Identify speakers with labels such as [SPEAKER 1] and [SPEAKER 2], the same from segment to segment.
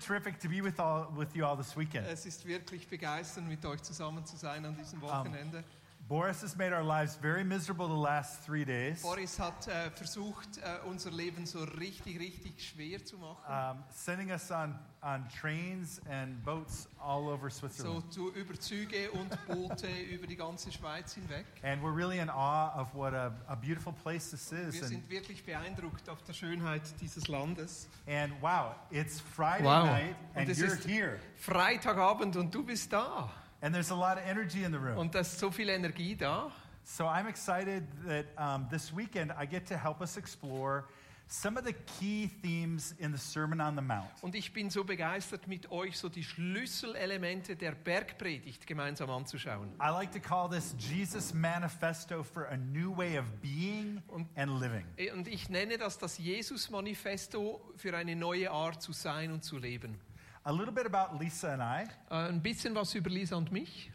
[SPEAKER 1] terrific to be with, all, with you all this weekend.
[SPEAKER 2] Es ist wirklich begeisternd, mit euch zusammen zu sein an diesem Wochenende.
[SPEAKER 1] Boris has made our lives very miserable the last three days.
[SPEAKER 2] Boris hat äh, versucht, äh, unser Leben so richtig, richtig schwer zu machen.
[SPEAKER 1] um, sending us on, on trains and boats all over
[SPEAKER 2] So
[SPEAKER 1] Switzerland.
[SPEAKER 2] zu, über Züge und Boote über die ganze Schweiz hinweg.
[SPEAKER 1] and we're really in awe of what a, a beautiful place this is.
[SPEAKER 2] Wir
[SPEAKER 1] And,
[SPEAKER 2] sind wirklich beeindruckt auf der Schönheit dieses Landes.
[SPEAKER 1] and wow, it's Friday
[SPEAKER 2] Wow.
[SPEAKER 1] night
[SPEAKER 2] Und
[SPEAKER 1] and
[SPEAKER 2] es
[SPEAKER 1] you're
[SPEAKER 2] ist-
[SPEAKER 1] here.
[SPEAKER 2] Freitagabend und du bist da.
[SPEAKER 1] And there's a lot of energy in the room.
[SPEAKER 2] Und da ist so viel Energie da.
[SPEAKER 1] So I'm excited that um, this weekend I get to help us explore some of the key themes in the Sermon on the Mount.
[SPEAKER 2] Und ich bin so begeistert, mit euch so die Schlüsselelemente der Bergpredigt gemeinsam anzuschauen.
[SPEAKER 1] I like to call this Jesus Manifesto for a new way of being and living.
[SPEAKER 2] Eh, Und ich nenne das das Jesus-Manifesto für eine neue Art zu sein und zu leben.
[SPEAKER 1] A little bit about Lisa and I.
[SPEAKER 2] Äh, ein bisschen was über Lisa und mich.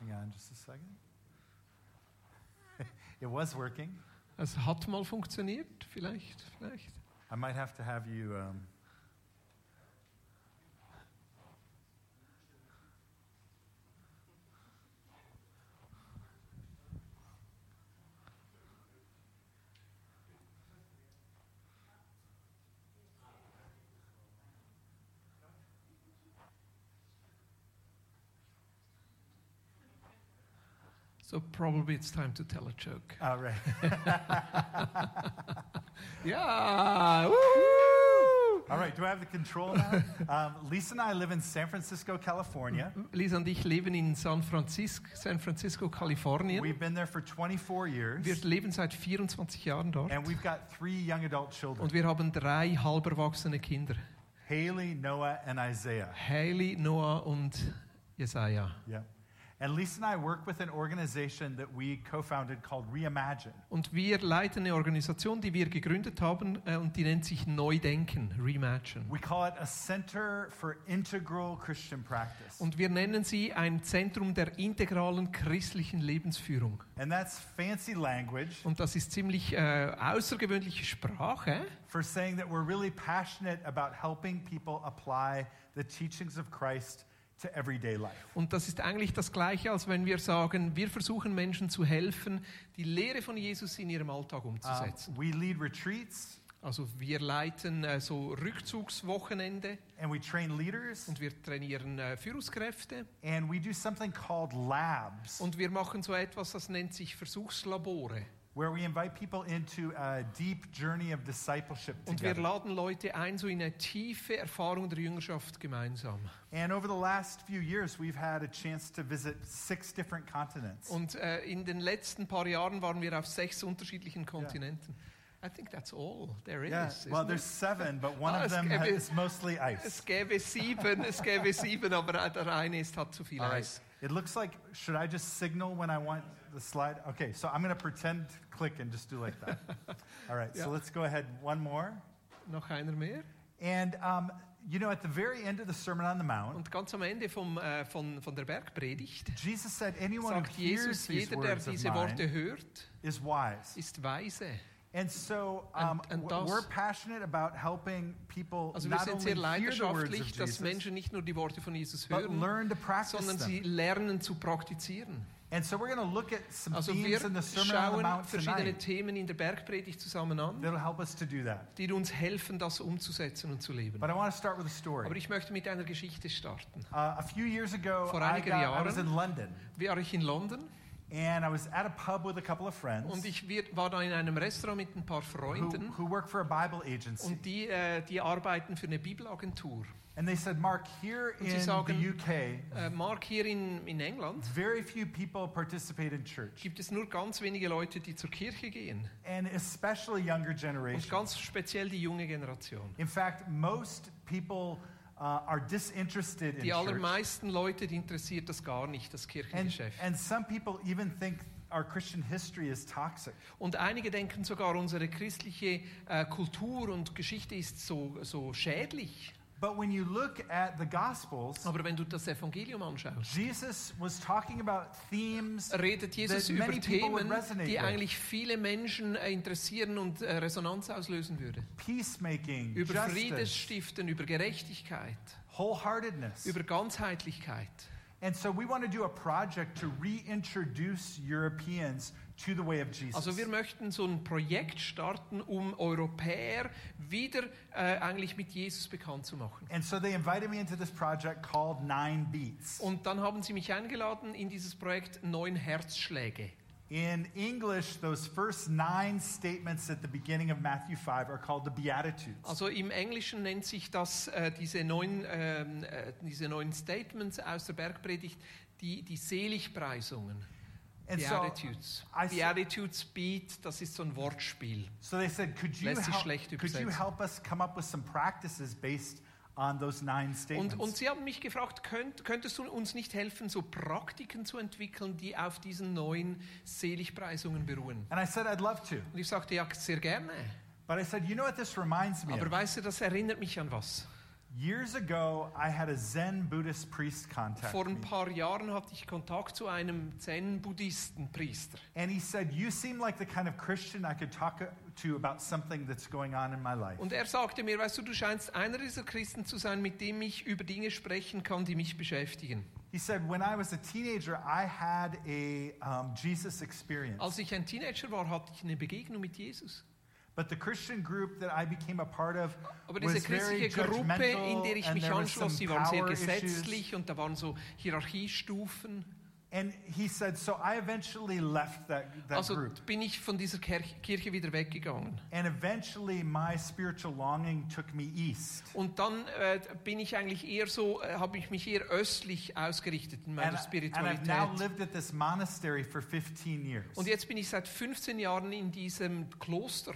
[SPEAKER 1] Hang on just a second. it was working.
[SPEAKER 2] Es hat mal funktioniert, vielleicht, vielleicht.
[SPEAKER 1] I might have to have you. Um...
[SPEAKER 2] So probably it's time to tell a joke.
[SPEAKER 1] All right.
[SPEAKER 2] Ja! wuhu!
[SPEAKER 1] All right. Do I have the control now? um, Lisa and I live in San Francisco, California.
[SPEAKER 2] Ähm, Lisa und ich leben in San Francisco, San Francisco Kalifornien.
[SPEAKER 1] We've been there for 24 years.
[SPEAKER 2] Wir leben seit 24 Jahren dort.
[SPEAKER 1] And we've got three young adult children
[SPEAKER 2] Und wir haben drei halb erwachsene Kinder.
[SPEAKER 1] Haley, Noah, and Isaiah.
[SPEAKER 2] Hailey, Noah und Jesaja.
[SPEAKER 1] Yeah. And Lisa and I work with an organization that we co founded called Reimagine.
[SPEAKER 2] Und wir leiten eine Organisation, die wir gegründet haben äh, und die nennt sich Neudenken, Reimagine.
[SPEAKER 1] We call it a Center for Integral Christian Practice.
[SPEAKER 2] Und wir nennen sie ein Zentrum der integralen christlichen Lebensführung.
[SPEAKER 1] And that's fancy language
[SPEAKER 2] Und das ist ziemlich äh, außergewöhnliche Sprache.
[SPEAKER 1] for saying that we're really passionate about helping people apply the teachings of Christ to everyday life.
[SPEAKER 2] Und das ist eigentlich das Gleiche, als wenn wir sagen, wir versuchen Menschen zu helfen, die Lehre von Jesus in ihrem Alltag
[SPEAKER 1] Um,
[SPEAKER 2] umzusetzen.
[SPEAKER 1] we lead retreats
[SPEAKER 2] Also wir leiten äh, so Rückzugswochenende
[SPEAKER 1] and we train leaders
[SPEAKER 2] und wir trainieren äh, Führungskräfte
[SPEAKER 1] and we do something called labs
[SPEAKER 2] und wir machen so etwas, das nennt sich Versuchslabore.
[SPEAKER 1] where we invite people into a deep journey of discipleship
[SPEAKER 2] Und wir
[SPEAKER 1] together.
[SPEAKER 2] laden Leute ein, so in eine tiefe Erfahrung der Jüngerschaft gemeinsam.
[SPEAKER 1] And over the last few years, we've had a chance to visit six different continents.
[SPEAKER 2] Und äh, in den letzten paar Jahren waren wir auf sechs unterschiedlichen Kontinenten. I think that's all there is.
[SPEAKER 1] Yeah,
[SPEAKER 2] isn't
[SPEAKER 1] well,
[SPEAKER 2] it?
[SPEAKER 1] there's seven, but one
[SPEAKER 2] Ah, es
[SPEAKER 1] of them
[SPEAKER 2] gäbe-
[SPEAKER 1] is mostly ice.
[SPEAKER 2] Es gäbe sieben, es gäbe sieben, aber der eine ist, hat zu viel
[SPEAKER 1] All right.
[SPEAKER 2] Eis.
[SPEAKER 1] It looks like, should I just signal when I want the slide? Okay, so I'm going to pretend to click and just do like that. All right,
[SPEAKER 2] Yeah.
[SPEAKER 1] so let's go ahead one more.
[SPEAKER 2] Noch einer mehr.
[SPEAKER 1] And, um, you know, at the very end of the Sermon on the Mount,
[SPEAKER 2] Und ganz am Ende vom, äh, von, von der Bergpredigt
[SPEAKER 1] Jesus said, anyone
[SPEAKER 2] sagt
[SPEAKER 1] who
[SPEAKER 2] Jesus,
[SPEAKER 1] hears these
[SPEAKER 2] jeder, der
[SPEAKER 1] words of
[SPEAKER 2] diese
[SPEAKER 1] mine
[SPEAKER 2] Worte hört,
[SPEAKER 1] is wise.
[SPEAKER 2] ist weise.
[SPEAKER 1] And so um,
[SPEAKER 2] And- and
[SPEAKER 1] w-
[SPEAKER 2] thus-
[SPEAKER 1] we're passionate about helping people
[SPEAKER 2] Also wir
[SPEAKER 1] not
[SPEAKER 2] sind
[SPEAKER 1] only
[SPEAKER 2] sehr
[SPEAKER 1] hear the words of
[SPEAKER 2] leidenschaftlich, dass
[SPEAKER 1] Jesus,
[SPEAKER 2] Menschen nicht nur die Worte von Jesus
[SPEAKER 1] but
[SPEAKER 2] hören,
[SPEAKER 1] learn to practice
[SPEAKER 2] sondern sie
[SPEAKER 1] them.
[SPEAKER 2] lernen zu praktizieren.
[SPEAKER 1] And so we're going to look at some
[SPEAKER 2] Also wir
[SPEAKER 1] themes in the Sermon on the
[SPEAKER 2] schauen
[SPEAKER 1] Mount
[SPEAKER 2] verschiedene
[SPEAKER 1] tonight
[SPEAKER 2] Themen in der Bergpredigt zusammen an,
[SPEAKER 1] that'll help us to do that.
[SPEAKER 2] die uns helfen, das umzusetzen und zu leben.
[SPEAKER 1] But I want to start with a story.
[SPEAKER 2] Aber ich möchte mit einer Geschichte starten.
[SPEAKER 1] Uh, a few years ago,
[SPEAKER 2] Vor
[SPEAKER 1] I,
[SPEAKER 2] einigen
[SPEAKER 1] got- I was
[SPEAKER 2] Jahren-
[SPEAKER 1] in London
[SPEAKER 2] War ich in London
[SPEAKER 1] and I was at a pub with a couple
[SPEAKER 2] und
[SPEAKER 1] of friends
[SPEAKER 2] ich wir- war da in einem Restaurant mit ein paar
[SPEAKER 1] who,
[SPEAKER 2] Freunden
[SPEAKER 1] who work for a Bible agency.
[SPEAKER 2] und die, äh, die arbeiten für eine Bibelagentur.
[SPEAKER 1] And they said, Mark, here
[SPEAKER 2] Und
[SPEAKER 1] in
[SPEAKER 2] sie sagen-
[SPEAKER 1] the UK,
[SPEAKER 2] Äh, Mark, hier in, in England
[SPEAKER 1] very few people participate in church,
[SPEAKER 2] gibt es nur ganz wenige Leute, die zur Kirche gehen.
[SPEAKER 1] and especially younger
[SPEAKER 2] Und
[SPEAKER 1] generations.
[SPEAKER 2] ganz speziell die junge Generation.
[SPEAKER 1] In fact, most people uh, are disinterested in
[SPEAKER 2] Die
[SPEAKER 1] church.
[SPEAKER 2] allermeisten Leute, die interessiert das gar nicht, das
[SPEAKER 1] And,
[SPEAKER 2] Kirchengeschäft.
[SPEAKER 1] and some people even think our Christian history is toxic.
[SPEAKER 2] Und einige denken sogar, unsere christliche äh, Kultur und Geschichte ist so, so schädlich.
[SPEAKER 1] But when you look at the Gospels,
[SPEAKER 2] Aber wenn du das Evangelium anschaust,
[SPEAKER 1] Jesus was talking about themes
[SPEAKER 2] redet Jesus
[SPEAKER 1] that
[SPEAKER 2] über
[SPEAKER 1] many people would
[SPEAKER 2] Themen,
[SPEAKER 1] resonate
[SPEAKER 2] die
[SPEAKER 1] with.
[SPEAKER 2] eigentlich viele Menschen äh, interessieren und äh, Resonanz auslösen würde.
[SPEAKER 1] peacemaking,
[SPEAKER 2] Über Friedenstiften,
[SPEAKER 1] justice,
[SPEAKER 2] über Gerechtigkeit,
[SPEAKER 1] wholeheartedness.
[SPEAKER 2] über Ganzheitlichkeit.
[SPEAKER 1] And so we want to do a project to reintroduce Europeans to the way of Jesus.
[SPEAKER 2] Also wir möchten so ein Projekt starten, um Europäer wieder äh, eigentlich mit Jesus bekannt zu machen.
[SPEAKER 1] and so they invited me into this project called Nine Beats.
[SPEAKER 2] Und dann haben sie mich eingeladen in dieses Projekt Neun Herzschläge.
[SPEAKER 1] In English, those first nine statements at the beginning of Matthew 5 are called the Beatitudes.
[SPEAKER 2] Also im Englischen nennt sich das äh, diese, neun, ähm, äh, diese neun Statements aus der Bergpredigt die, die Seligpreisungen.
[SPEAKER 1] and so,
[SPEAKER 2] Beatitudes.
[SPEAKER 1] I see-
[SPEAKER 2] Beatitudes Beat, das ist so ein Wortspiel.
[SPEAKER 1] so they said, could you,
[SPEAKER 2] Lässt sich
[SPEAKER 1] help,
[SPEAKER 2] schlecht
[SPEAKER 1] could you
[SPEAKER 2] übersetzen.
[SPEAKER 1] help us come up with some practices based on those nine statements?
[SPEAKER 2] Und, und sie haben mich gefragt, könnt, könntest du uns nicht helfen, so Praktiken zu entwickeln, die auf diesen neuen Seligpreisungen beruhen?
[SPEAKER 1] and I said, I'd love to.
[SPEAKER 2] Und ich sagte, ja, sehr gerne.
[SPEAKER 1] But I said, you know what this reminds me
[SPEAKER 2] Aber
[SPEAKER 1] of?
[SPEAKER 2] weißt du, das erinnert mich an was.
[SPEAKER 1] Years ago, I had a Zen Buddhist priest contact
[SPEAKER 2] Vor
[SPEAKER 1] me.
[SPEAKER 2] ein paar Jahren hatte ich Kontakt zu einem Zen-Buddhisten-Priester.
[SPEAKER 1] And he said, You seem like the kind of Christian I could talk uh, to about something that's going on in my life.
[SPEAKER 2] Und er sagte mir, weißt du, du scheinst einer dieser Christen zu sein, mit dem ich über Dinge sprechen kann, die mich beschäftigen.
[SPEAKER 1] He said, When I was a teenager, I had a um, Jesus experience.
[SPEAKER 2] Als ich ein Teenager war, hatte ich eine Begegnung mit Jesus.
[SPEAKER 1] But the Christian group that I became a part of
[SPEAKER 2] Aber diese
[SPEAKER 1] was very
[SPEAKER 2] christliche Gruppe, in der
[SPEAKER 1] judgmental,
[SPEAKER 2] ich
[SPEAKER 1] and
[SPEAKER 2] mich
[SPEAKER 1] there was
[SPEAKER 2] anschloss,
[SPEAKER 1] some
[SPEAKER 2] die waren sehr
[SPEAKER 1] power issues.
[SPEAKER 2] gesetzlich und da waren so Hierarchiestufen.
[SPEAKER 1] And he said, So I eventually left that, that
[SPEAKER 2] Also
[SPEAKER 1] group.
[SPEAKER 2] bin ich von dieser Kirch- Kirche wieder weggegangen.
[SPEAKER 1] And eventually, my spiritual longing took me east.
[SPEAKER 2] Und dann äh, bin ich eigentlich eher so, äh, habe ich mich eher östlich ausgerichtet in meiner
[SPEAKER 1] And, and I've now
[SPEAKER 2] Spiritualität.
[SPEAKER 1] lived at this monastery for 15 years.
[SPEAKER 2] Und jetzt bin ich seit 15 Jahren in diesem Kloster.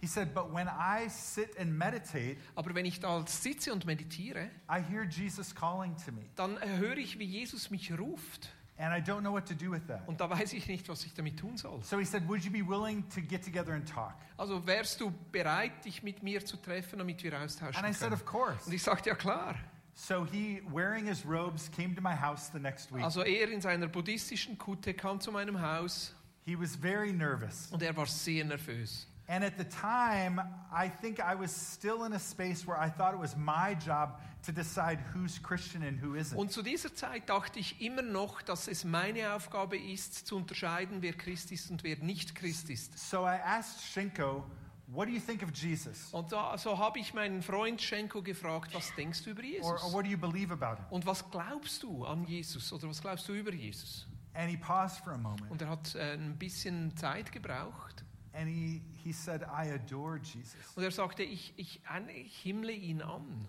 [SPEAKER 1] He said, But when I sit and meditate,
[SPEAKER 2] Aber wenn ich da sitze und meditiere,
[SPEAKER 1] I hear Jesus calling to me,
[SPEAKER 2] dann höre ich, wie Jesus mich ruft.
[SPEAKER 1] and I don't know what to do with that.
[SPEAKER 2] Und da weiß ich nicht, was ich damit tun soll.
[SPEAKER 1] So he said, Would you be willing to get together and talk?
[SPEAKER 2] Also wärst du bereit, dich mit mir zu treffen, damit wir austauschen
[SPEAKER 1] And I said,
[SPEAKER 2] können?
[SPEAKER 1] Of course.
[SPEAKER 2] Und ich sagte, ja klar.
[SPEAKER 1] So he, wearing his robes, came to my house the next week.
[SPEAKER 2] Also er in seiner buddhistischen Kutte kam zu meinem Haus
[SPEAKER 1] He was very nervous.
[SPEAKER 2] und er war sehr nervös.
[SPEAKER 1] And at the time, I think I was still in a space where I thought it was my job to decide who's Christian and who isn't.
[SPEAKER 2] Und zu dieser Zeit dachte ich immer noch, dass es meine Aufgabe ist, zu unterscheiden, wer Christ ist und wer nicht Christ ist.
[SPEAKER 1] So I asked Shinko, What do you think of Jesus?
[SPEAKER 2] Und da, so habe ich meinen Freund Schenko gefragt, was denkst du über
[SPEAKER 1] Or, or
[SPEAKER 2] Jesus?
[SPEAKER 1] what do you believe about him?
[SPEAKER 2] Und was glaubst du an Jesus oder was glaubst du über Jesus?
[SPEAKER 1] And he paused for a moment
[SPEAKER 2] Und er hat äh, ein bisschen Zeit gebraucht.
[SPEAKER 1] and he, he said, I adore Jesus.
[SPEAKER 2] Und er sagte, ich, ich, an- ich himmle ihn an.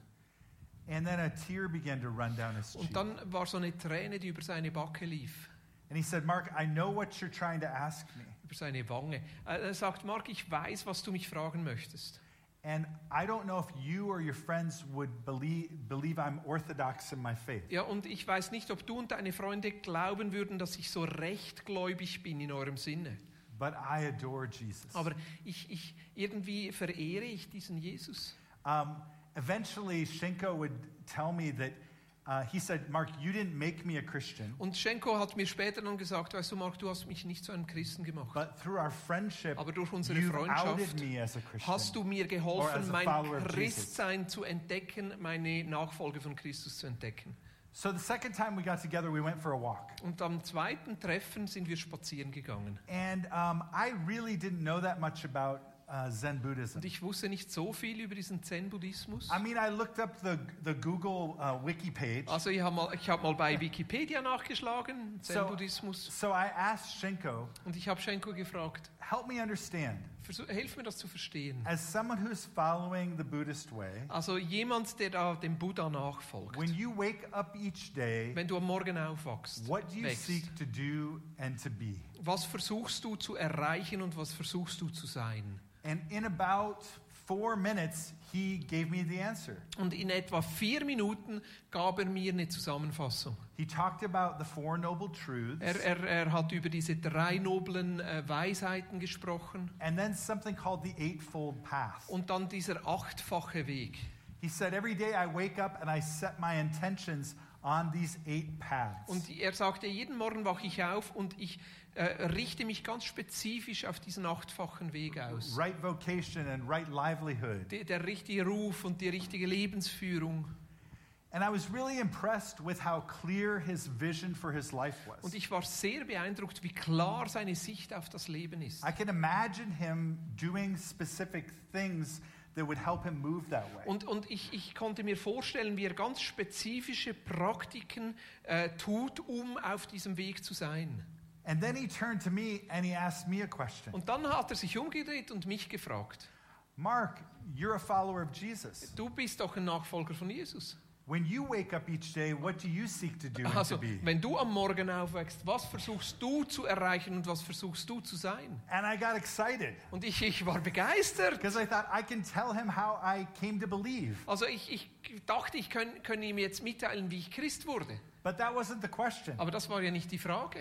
[SPEAKER 1] And then a tear began to run down his cheek.
[SPEAKER 2] Und dann war so eine Träne, die über seine Backe lief,
[SPEAKER 1] And he said, Mark, I know what you're trying to ask me.
[SPEAKER 2] über seine Wange. Äh, Er sagt, Mark, ich weiß, was du mich fragen möchtest.
[SPEAKER 1] And I don't know if you or your friends would believe, believe I'm orthodox in my faith.
[SPEAKER 2] Ja, und ich weiß nicht, ob du und deine Freunde glauben würden, dass ich so rechtgläubig bin in eurem Sinne.
[SPEAKER 1] But I adore Jesus.
[SPEAKER 2] Aber ich, ich, irgendwie verehre ich diesen Jesus.
[SPEAKER 1] Um, eventually, Shinko would tell me that uh, he said, Mark, you didn't make me a Christian,
[SPEAKER 2] Und Schenko hat mir später dann gesagt, weißt du, Mark, du hast mich nicht zu einem Christen gemacht.
[SPEAKER 1] but through our friendship,
[SPEAKER 2] Aber durch unsere
[SPEAKER 1] you outed
[SPEAKER 2] Freundschaft
[SPEAKER 1] me as a Christian.
[SPEAKER 2] hast du mir
[SPEAKER 1] Or as a
[SPEAKER 2] geholfen,
[SPEAKER 1] follower
[SPEAKER 2] mein
[SPEAKER 1] of
[SPEAKER 2] Christsein zu entdecken, meine Nachfolge von Christus zu entdecken.
[SPEAKER 1] So the second time we got together, we went for a walk.
[SPEAKER 2] Und am zweiten Treffen sind wir spazieren gegangen.
[SPEAKER 1] And um, I really didn't know that much about uh, Zen Buddhism.
[SPEAKER 2] Und ich wusste nicht so viel über diesen Zen-Buddhismus.
[SPEAKER 1] I mean, I looked up the, the Google uh, wiki page.
[SPEAKER 2] Also ich habe mal, ich hab mal bei Wikipedia nachgeschlagen, Zen-Buddhismus.
[SPEAKER 1] So I asked Shinko,
[SPEAKER 2] Und ich habe Schenko gefragt,
[SPEAKER 1] help me understand,
[SPEAKER 2] versuch, hilf mir das zu verstehen.
[SPEAKER 1] as someone who's following the Buddhist way,
[SPEAKER 2] Also jemand, der da dem Buddha nachfolgt.
[SPEAKER 1] when you wake up each day,
[SPEAKER 2] Wenn du am Morgen aufwachst,
[SPEAKER 1] what do you
[SPEAKER 2] wächst,
[SPEAKER 1] seek to do and to be?
[SPEAKER 2] was versuchst du zu erreichen und was versuchst du zu sein?
[SPEAKER 1] And in about four minutes, he gave me the answer.
[SPEAKER 2] Und in etwa vier Minuten gab er mir eine Zusammenfassung.
[SPEAKER 1] He talked about the Four Noble Truths
[SPEAKER 2] Er, er, er hat über diese drei noblen äh, Weisheiten gesprochen
[SPEAKER 1] and then something called the Eightfold Path.
[SPEAKER 2] und dann dieser achtfache Weg.
[SPEAKER 1] He He said, Every day I wake up and I set my intentions on these eight paths.
[SPEAKER 2] Und er sagte, jeden Morgen wache ich auf und ich äh, richte mich ganz spezifisch auf diesen achtfachen Weg aus.
[SPEAKER 1] right vocation and right livelihood.
[SPEAKER 2] Der, der richtige Ruf und die richtige Lebensführung.
[SPEAKER 1] And I was really impressed with how clear his vision for his life was.
[SPEAKER 2] Und ich war sehr beeindruckt, wie klar seine Sicht auf das Leben ist.
[SPEAKER 1] I can imagine him doing specific things that would help him move that way.
[SPEAKER 2] Und, und ich, ich konnte mir vorstellen, wie er ganz spezifische Praktiken äh, tut, um auf diesem Weg zu sein.
[SPEAKER 1] And then he turned to me and he asked me a question
[SPEAKER 2] Und dann hat er sich umgedreht und mich gefragt,
[SPEAKER 1] Mark, you're a follower of Jesus.
[SPEAKER 2] du bist doch ein Nachfolger von Jesus.
[SPEAKER 1] When you wake up each day, what do you seek to do and to
[SPEAKER 2] Also,
[SPEAKER 1] be?
[SPEAKER 2] wenn du am Morgen aufwächst, was versuchst du zu erreichen und was versuchst du zu sein?
[SPEAKER 1] And I got excited
[SPEAKER 2] Und ich, ich war begeistert.
[SPEAKER 1] because I thought I can tell him how I came to believe.
[SPEAKER 2] Also ich, ich dachte, ich könne könne ihm jetzt mitteilen, wie ich Christ wurde.
[SPEAKER 1] But that wasn't the question.
[SPEAKER 2] Aber das war ja nicht die Frage.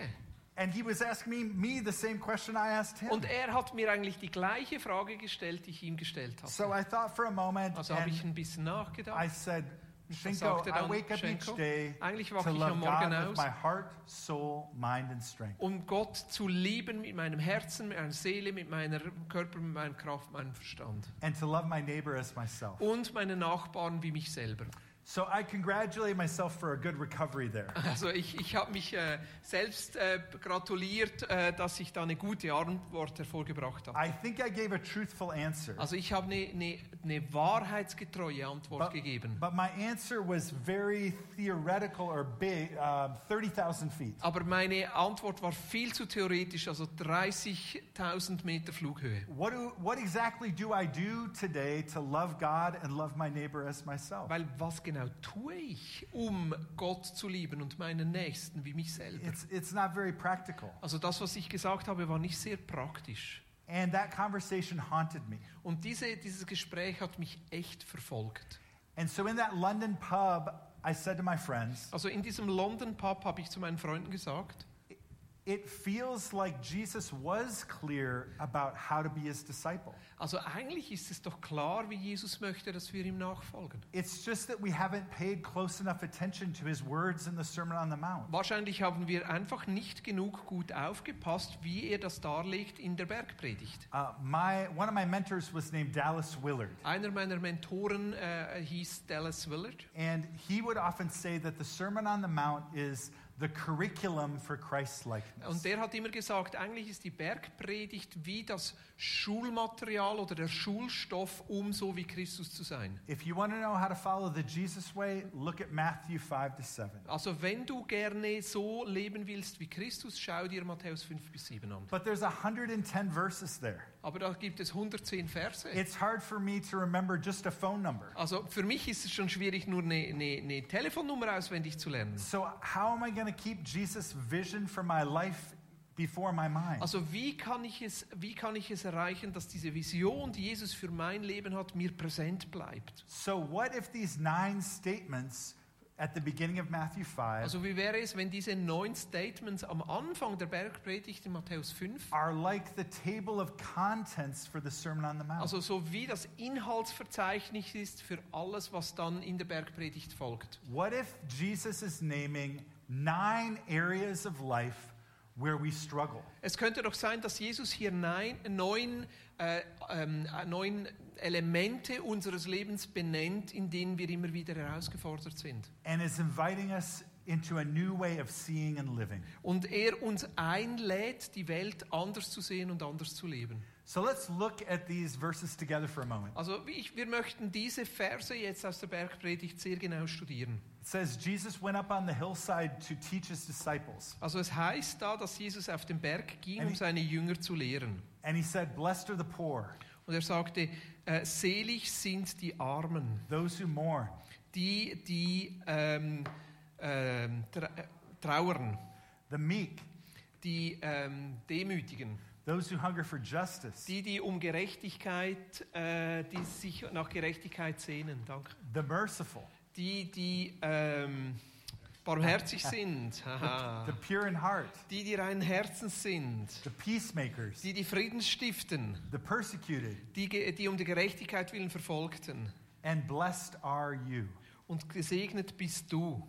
[SPEAKER 1] And he was asking me, me the same question I asked him.
[SPEAKER 2] Und er hat mir eigentlich die gleiche Frage gestellt, die ich ihm gestellt habe.
[SPEAKER 1] So I thought for a moment
[SPEAKER 2] Also habe ich
[SPEAKER 1] and
[SPEAKER 2] ein bisschen
[SPEAKER 1] I
[SPEAKER 2] nachgedacht.
[SPEAKER 1] said,
[SPEAKER 2] Was
[SPEAKER 1] Shinko,
[SPEAKER 2] sagte
[SPEAKER 1] I
[SPEAKER 2] dann
[SPEAKER 1] wake up each
[SPEAKER 2] Schenko?
[SPEAKER 1] day
[SPEAKER 2] Eigentlich
[SPEAKER 1] to
[SPEAKER 2] wache ich
[SPEAKER 1] love
[SPEAKER 2] am Morgen
[SPEAKER 1] God with
[SPEAKER 2] aus,
[SPEAKER 1] my heart, soul, mind, and strength.
[SPEAKER 2] um Gott zu lieben mit meinem Herzen, mit meiner Seele, mit meinem Körper, mit meiner Kraft, meinem Verstand.
[SPEAKER 1] And to love my neighbor as myself.
[SPEAKER 2] Und meine Nachbarn wie mich selber.
[SPEAKER 1] So I congratulate myself for a good recovery there.
[SPEAKER 2] Also ich, ich habe mich äh, selbst äh, gratuliert, äh, dass ich da eine gute Antwort hervorgebracht habe.
[SPEAKER 1] I think I gave a truthful answer.
[SPEAKER 2] Also ich habe eine, eine, eine wahrheitsgetreue Antwort
[SPEAKER 1] But,
[SPEAKER 2] gegeben.
[SPEAKER 1] but my answer was very theoretical or big, uh, 30,000 feet.
[SPEAKER 2] Aber meine Antwort war viel zu theoretisch, also 30.000 Meter Flughöhe.
[SPEAKER 1] What, do, what exactly do I do today to love God and love my neighbor as myself?
[SPEAKER 2] Weil was genau tue ich, um Gott zu lieben und meinen Nächsten wie mich selber?
[SPEAKER 1] It's, it's not very practical.
[SPEAKER 2] Also das, was ich gesagt habe, war nicht sehr praktisch.
[SPEAKER 1] And that conversation haunted me.
[SPEAKER 2] Und diese, dieses Gespräch hat mich echt verfolgt.
[SPEAKER 1] And so in that London pub, I said to my friends,
[SPEAKER 2] Also in diesem London Pub habe ich zu meinen Freunden gesagt,
[SPEAKER 1] it feels like Jesus was clear about how to be his disciple.
[SPEAKER 2] also eigentlich ist es doch klar, wie Jesus möchte, dass wir ihm nachfolgen.
[SPEAKER 1] It's just that we haven't paid close enough attention to his words in the Sermon on the Mount.
[SPEAKER 2] Wahrscheinlich haben wir einfach nicht genug gut aufgepasst, wie er das darlegt in der Bergpredigt.
[SPEAKER 1] Uh, my, one of my mentors was named Dallas Willard.
[SPEAKER 2] Einer meiner Mentoren äh, hieß Dallas Willard
[SPEAKER 1] And he would often say that the Sermon on the Mount is the curriculum for Christ
[SPEAKER 2] und
[SPEAKER 1] likeness.
[SPEAKER 2] der hat immer gesagt, eigentlich ist die Bergpredigt wie das Schulmaterial oder der Schulstoff, um so wie Christus zu sein.
[SPEAKER 1] If you want to know how to follow the Jesus way, look at Matthew 5 to 7.
[SPEAKER 2] Also wenn du gerne so leben willst wie Christus, schau dir Matthäus 5 bis 7 an.
[SPEAKER 1] But there's 110 verses there.
[SPEAKER 2] Aber da gibt es 110 Verse.
[SPEAKER 1] It's hard for me to remember just a phone number.
[SPEAKER 2] Also für mich ist es schon schwierig, nur eine, eine, eine Telefonnummer auswendig zu lernen.
[SPEAKER 1] So, how am I going to keep Jesus' vision for my life before my mind?
[SPEAKER 2] Also wie kann, ich es, wie kann ich es erreichen, dass diese Vision, die Jesus für mein Leben hat, mir präsent bleibt?
[SPEAKER 1] So, what if these nine statements at the beginning of Matthew 5
[SPEAKER 2] Also wie wäre es, wenn diese neun Statements am Anfang der Bergpredigt in Matthäus 5,
[SPEAKER 1] are like the table of contents for the Sermon on the Mount?
[SPEAKER 2] also so wie das Inhaltsverzeichnis ist für alles, was dann in der Bergpredigt folgt?
[SPEAKER 1] What if Jesus is naming nine areas of life where we struggle?
[SPEAKER 2] Es könnte doch sein, dass Jesus hier nein, neun, äh, ähm, äh, neun Elemente unseres Lebens benennt, in denen wir immer wieder herausgefordert sind.
[SPEAKER 1] And is inviting us into a new way of seeing and living.
[SPEAKER 2] Und er uns einlädt, die Welt anders zu sehen und anders zu leben.
[SPEAKER 1] So, let's look at these verses together for a moment.
[SPEAKER 2] Also ich, wir möchten diese Verse jetzt aus der Bergpredigt sehr genau studieren.
[SPEAKER 1] It says, Jesus went up on the hillside to teach his disciples.
[SPEAKER 2] Also es heißt da, dass Jesus auf den Berg ging, um seine Jünger zu lehren.
[SPEAKER 1] And he said, Blessed are the poor,
[SPEAKER 2] Und er sagte, äh, selig sind die Armen,
[SPEAKER 1] those who mourn,
[SPEAKER 2] die, die ähm, ähm, tra äh, trauern,
[SPEAKER 1] the meek,
[SPEAKER 2] die ähm, demütigen,
[SPEAKER 1] those who hunger for justice,
[SPEAKER 2] die, die um Gerechtigkeit, äh, die sich nach Gerechtigkeit sehnen. Danke.
[SPEAKER 1] the merciful,
[SPEAKER 2] die, die ähm, barmherzig sind, haha.
[SPEAKER 1] the pure in heart,
[SPEAKER 2] die, die reinen Herzens sind,
[SPEAKER 1] the peacemakers,
[SPEAKER 2] die, die Frieden stiften,
[SPEAKER 1] the persecuted,
[SPEAKER 2] die, ge- die um die Gerechtigkeit willen verfolgten.
[SPEAKER 1] and blessed are you.
[SPEAKER 2] und gesegnet bist du.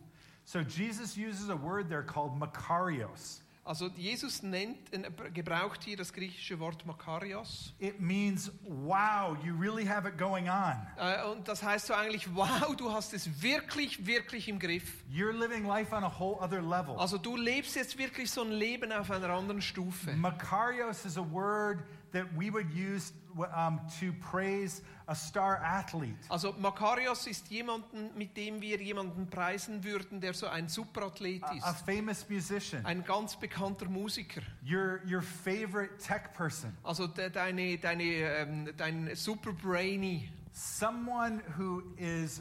[SPEAKER 1] So Jesus uses a word there called makarios.
[SPEAKER 2] Also Jesus nennt, äh, gebraucht hier das griechische Wort Makarios.
[SPEAKER 1] It means, wow, you really have it going on.
[SPEAKER 2] Äh, Und das heißt so eigentlich, wow, du hast es wirklich, wirklich im Griff.
[SPEAKER 1] You're living life on a whole other level.
[SPEAKER 2] Also du lebst jetzt wirklich so ein Leben auf einer anderen Stufe.
[SPEAKER 1] Makarios is a word that we would use um, to praise a star athlete.
[SPEAKER 2] Also Makarios ist jemanden, mit dem wir jemanden preisen würden, der so ein Superathlet
[SPEAKER 1] a- a
[SPEAKER 2] ist.
[SPEAKER 1] famous musician,
[SPEAKER 2] Ein ganz bekannter Musiker.
[SPEAKER 1] your your favorite tech person,
[SPEAKER 2] Also de, deine, deine, ähm, dein Superbrainy.
[SPEAKER 1] someone who is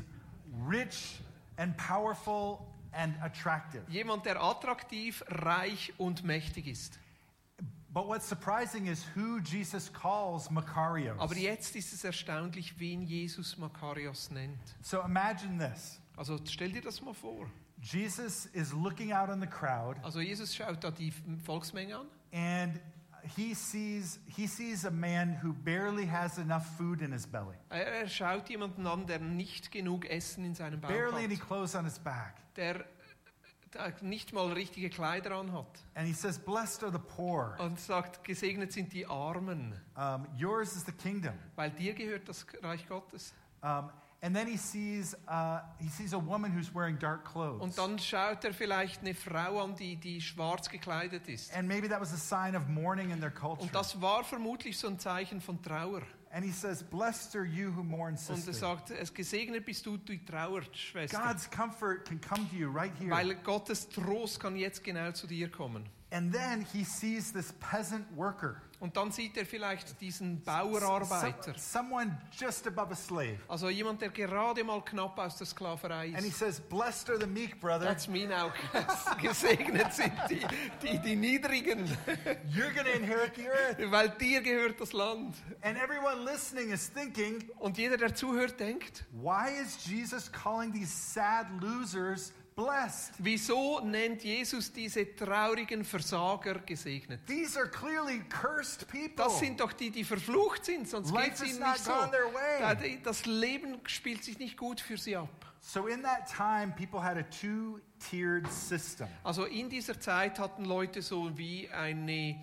[SPEAKER 1] rich and powerful and attractive.
[SPEAKER 2] Jemand, der attraktiv, reich und mächtig ist.
[SPEAKER 1] But what's surprising is who Jesus calls Makarios.
[SPEAKER 2] Aber jetzt ist es erstaunlich, wen Jesus Makarios nennt.
[SPEAKER 1] So imagine this.
[SPEAKER 2] Also stell dir das mal vor.
[SPEAKER 1] Jesus is looking out on the crowd
[SPEAKER 2] Also Jesus schaut da die Volksmenge an
[SPEAKER 1] and he sees he sees a man who barely has enough food in his belly.
[SPEAKER 2] Er er schaut jemanden an, der nicht genug Essen in seinem Bauch
[SPEAKER 1] barely any
[SPEAKER 2] hat,
[SPEAKER 1] clothes on his back.
[SPEAKER 2] der äh, da nicht mal richtige Kleider anhat
[SPEAKER 1] And he says, Blessed are the poor.
[SPEAKER 2] und sagt, gesegnet sind die Armen,
[SPEAKER 1] Um, yours is the kingdom.
[SPEAKER 2] weil dir gehört das Reich Gottes.
[SPEAKER 1] Um, and then he sees, uh, he sees a woman who's wearing dark clothes.
[SPEAKER 2] Und dann schaut er vielleicht eine Frau an, die, die schwarz gekleidet ist.
[SPEAKER 1] and maybe that was a sign of mourning in their culture.
[SPEAKER 2] Und das war vermutlich so ein Zeichen von Trauer.
[SPEAKER 1] and he says, Blessed are you who mourn,
[SPEAKER 2] Und
[SPEAKER 1] sister.
[SPEAKER 2] er sagt, es gesegnet bist du, du trauert, Schwester.
[SPEAKER 1] God's comfort can come to you right here.
[SPEAKER 2] Weil Gottes Trost kann jetzt genau zu dir kommen.
[SPEAKER 1] and then he sees this peasant worker.
[SPEAKER 2] Und dann sieht er vielleicht diesen
[SPEAKER 1] Some-
[SPEAKER 2] Bauerarbeiter.
[SPEAKER 1] someone just above a slave.
[SPEAKER 2] Also jemand, der gerade mal knapp aus der Sklaverei
[SPEAKER 1] And he
[SPEAKER 2] ist.
[SPEAKER 1] says, Blessed are the meek, brother.
[SPEAKER 2] That's me now. Gesegnet sind die, die, die Niedrigen,
[SPEAKER 1] You're going to inherit the earth.
[SPEAKER 2] weil dir gehört das Land.
[SPEAKER 1] And everyone listening is thinking,
[SPEAKER 2] Und jeder, der zuhört, denkt,
[SPEAKER 1] Why is Jesus calling these sad losers blessed?
[SPEAKER 2] wieso nennt Jesus diese traurigen Versager gesegnet?
[SPEAKER 1] These are clearly cursed people.
[SPEAKER 2] Das sind doch die, die verflucht sind, sonst
[SPEAKER 1] Life
[SPEAKER 2] geht es
[SPEAKER 1] has
[SPEAKER 2] ihnen
[SPEAKER 1] not
[SPEAKER 2] nicht so.
[SPEAKER 1] gone their way.
[SPEAKER 2] Da- die- Das Leben spielt sich nicht gut für sie ab.
[SPEAKER 1] So in that time, people had a two-tiered system.
[SPEAKER 2] Also in dieser Zeit hatten Leute so wie eine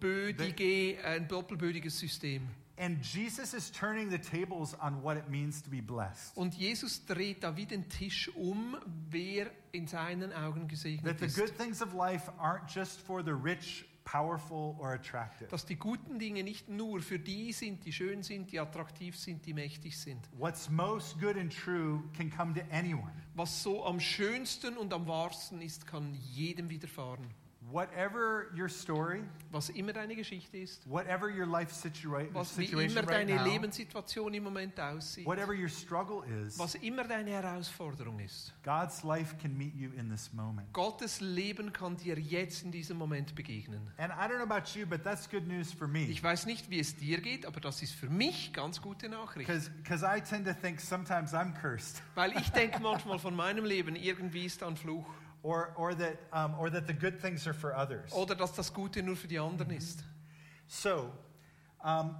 [SPEAKER 2] doppelbödige, ein doppelbödiges System.
[SPEAKER 1] And Jesus is turning the tables on what it means to be blessed.
[SPEAKER 2] Und Jesus dreht da wie den Tisch um, wer in seinen Augen
[SPEAKER 1] That
[SPEAKER 2] gesegnet
[SPEAKER 1] the
[SPEAKER 2] ist.
[SPEAKER 1] good things of life aren't just for the rich, powerful, or attractive.
[SPEAKER 2] Dass die guten Dinge nicht nur für die sind, die schön sind, die attraktiv sind, die mächtig sind.
[SPEAKER 1] What's most good and true can come to anyone.
[SPEAKER 2] Was so am schönsten und am wahrsten ist, kann jedem widerfahren.
[SPEAKER 1] Whatever your story,
[SPEAKER 2] Was immer deine Geschichte ist,
[SPEAKER 1] whatever your life situa-
[SPEAKER 2] was wie
[SPEAKER 1] situation
[SPEAKER 2] immer
[SPEAKER 1] right
[SPEAKER 2] deine
[SPEAKER 1] now,
[SPEAKER 2] Lebenssituation im Moment aussieht,
[SPEAKER 1] whatever your struggle is,
[SPEAKER 2] was immer deine Herausforderung ist.
[SPEAKER 1] God's life can meet you in this moment.
[SPEAKER 2] Gottes Leben kann dir jetzt in diesem Moment begegnen.
[SPEAKER 1] And I don't know about you, but that's good news for me.
[SPEAKER 2] Ich weiß nicht, wie es dir geht, aber das ist für mich ganz gute Nachricht.
[SPEAKER 1] Because I tend to think sometimes I'm cursed,
[SPEAKER 2] Weil ich denke manchmal von meinem Leben, irgendwie ist da ein Fluch.
[SPEAKER 1] or, or, that, um, or that the good things are for others.
[SPEAKER 2] Oder dass das Gute nur für die anderen ist.
[SPEAKER 1] So, um,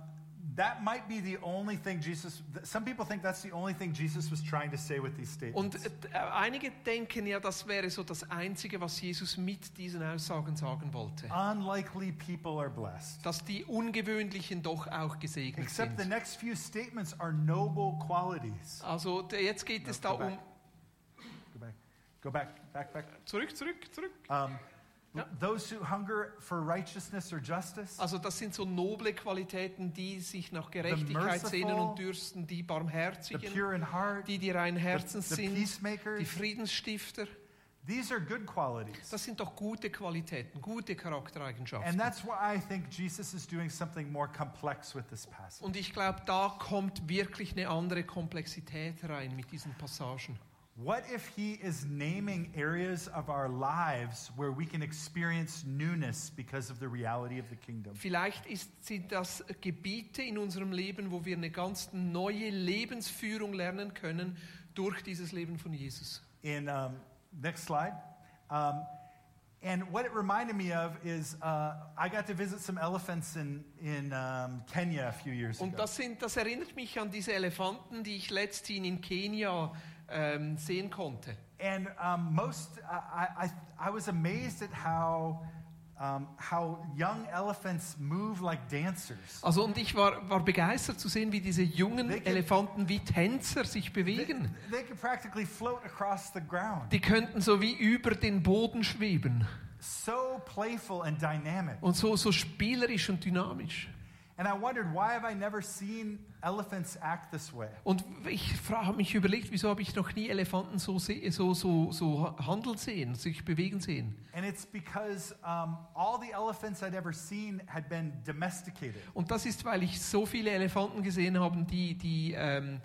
[SPEAKER 1] that might be the only thing Jesus, th- some people think that's the only thing Jesus was trying to say with these
[SPEAKER 2] Und
[SPEAKER 1] statements.
[SPEAKER 2] äh, einige denken ja, das wäre so das Einzige, was Jesus mit diesen Aussagen sagen wollte.
[SPEAKER 1] Unlikely people are blessed.
[SPEAKER 2] Dass die Ungewöhnlichen doch auch gesegnet
[SPEAKER 1] Except the
[SPEAKER 2] sind.
[SPEAKER 1] next few statements are noble qualities.
[SPEAKER 2] Also der- jetzt geht es da
[SPEAKER 1] go
[SPEAKER 2] um...
[SPEAKER 1] back. Go back, go back, back, back.
[SPEAKER 2] Zurück, zurück, zurück.
[SPEAKER 1] Um,
[SPEAKER 2] Ja.
[SPEAKER 1] Those who hunger for righteousness or justice,
[SPEAKER 2] Also das sind so noble Qualitäten, die sich nach Gerechtigkeit
[SPEAKER 1] merciful,
[SPEAKER 2] sehnen und dürsten. Die
[SPEAKER 1] the
[SPEAKER 2] Barmherzigen,
[SPEAKER 1] pure in heart,
[SPEAKER 2] die die reinen
[SPEAKER 1] the,
[SPEAKER 2] Herzens
[SPEAKER 1] the
[SPEAKER 2] sind, die
[SPEAKER 1] peacemakers.
[SPEAKER 2] Friedensstifter.
[SPEAKER 1] These are good qualities.
[SPEAKER 2] Das sind doch gute Qualitäten, gute Charaktereigenschaften.
[SPEAKER 1] And that's why I think Jesus is doing something more complex with this passage.
[SPEAKER 2] Und ich glaube, da kommt wirklich eine andere Komplexität rein mit diesen Passagen.
[SPEAKER 1] What if he is naming areas of our lives where we can experience newness because of the reality of the kingdom?
[SPEAKER 2] Vielleicht ist, sind das Gebiete in unserem Leben, wo wir eine ganz neue Lebensführung lernen können durch dieses Leben von Jesus.
[SPEAKER 1] In um, next slide, um, And what it reminded me of is uh, I got to visit some elephants in, in um, Kenya a few years
[SPEAKER 2] Und
[SPEAKER 1] ago.
[SPEAKER 2] das, sind, das erinnert mich an diese Elefanten, die ich letzthin in Kenia ähm, sehen konnte.
[SPEAKER 1] And um, most, I, I, I was amazed at how, um, how young elephants move like dancers.
[SPEAKER 2] Also und ich war, war begeistert zu sehen, wie diese jungen
[SPEAKER 1] Welche-
[SPEAKER 2] Elefanten wie Tänzer sich
[SPEAKER 1] They,
[SPEAKER 2] bewegen.
[SPEAKER 1] they could practically float across the ground.
[SPEAKER 2] Die könnten so wie über den Boden schweben.
[SPEAKER 1] So playful and dynamic.
[SPEAKER 2] Und so, so spielerisch und dynamisch.
[SPEAKER 1] And I wondered, why have I never seen elephants act this way?
[SPEAKER 2] Und ich habe mich überlegt, wieso habe ich noch nie Elefanten so, se- so, so, so handeln sehen, sich bewegen sehen.
[SPEAKER 1] And it's because um, all the elephants I'd ever seen had been domesticated.
[SPEAKER 2] Und das ist, weil ich so viele Elefanten gesehen habe, die, die ähm,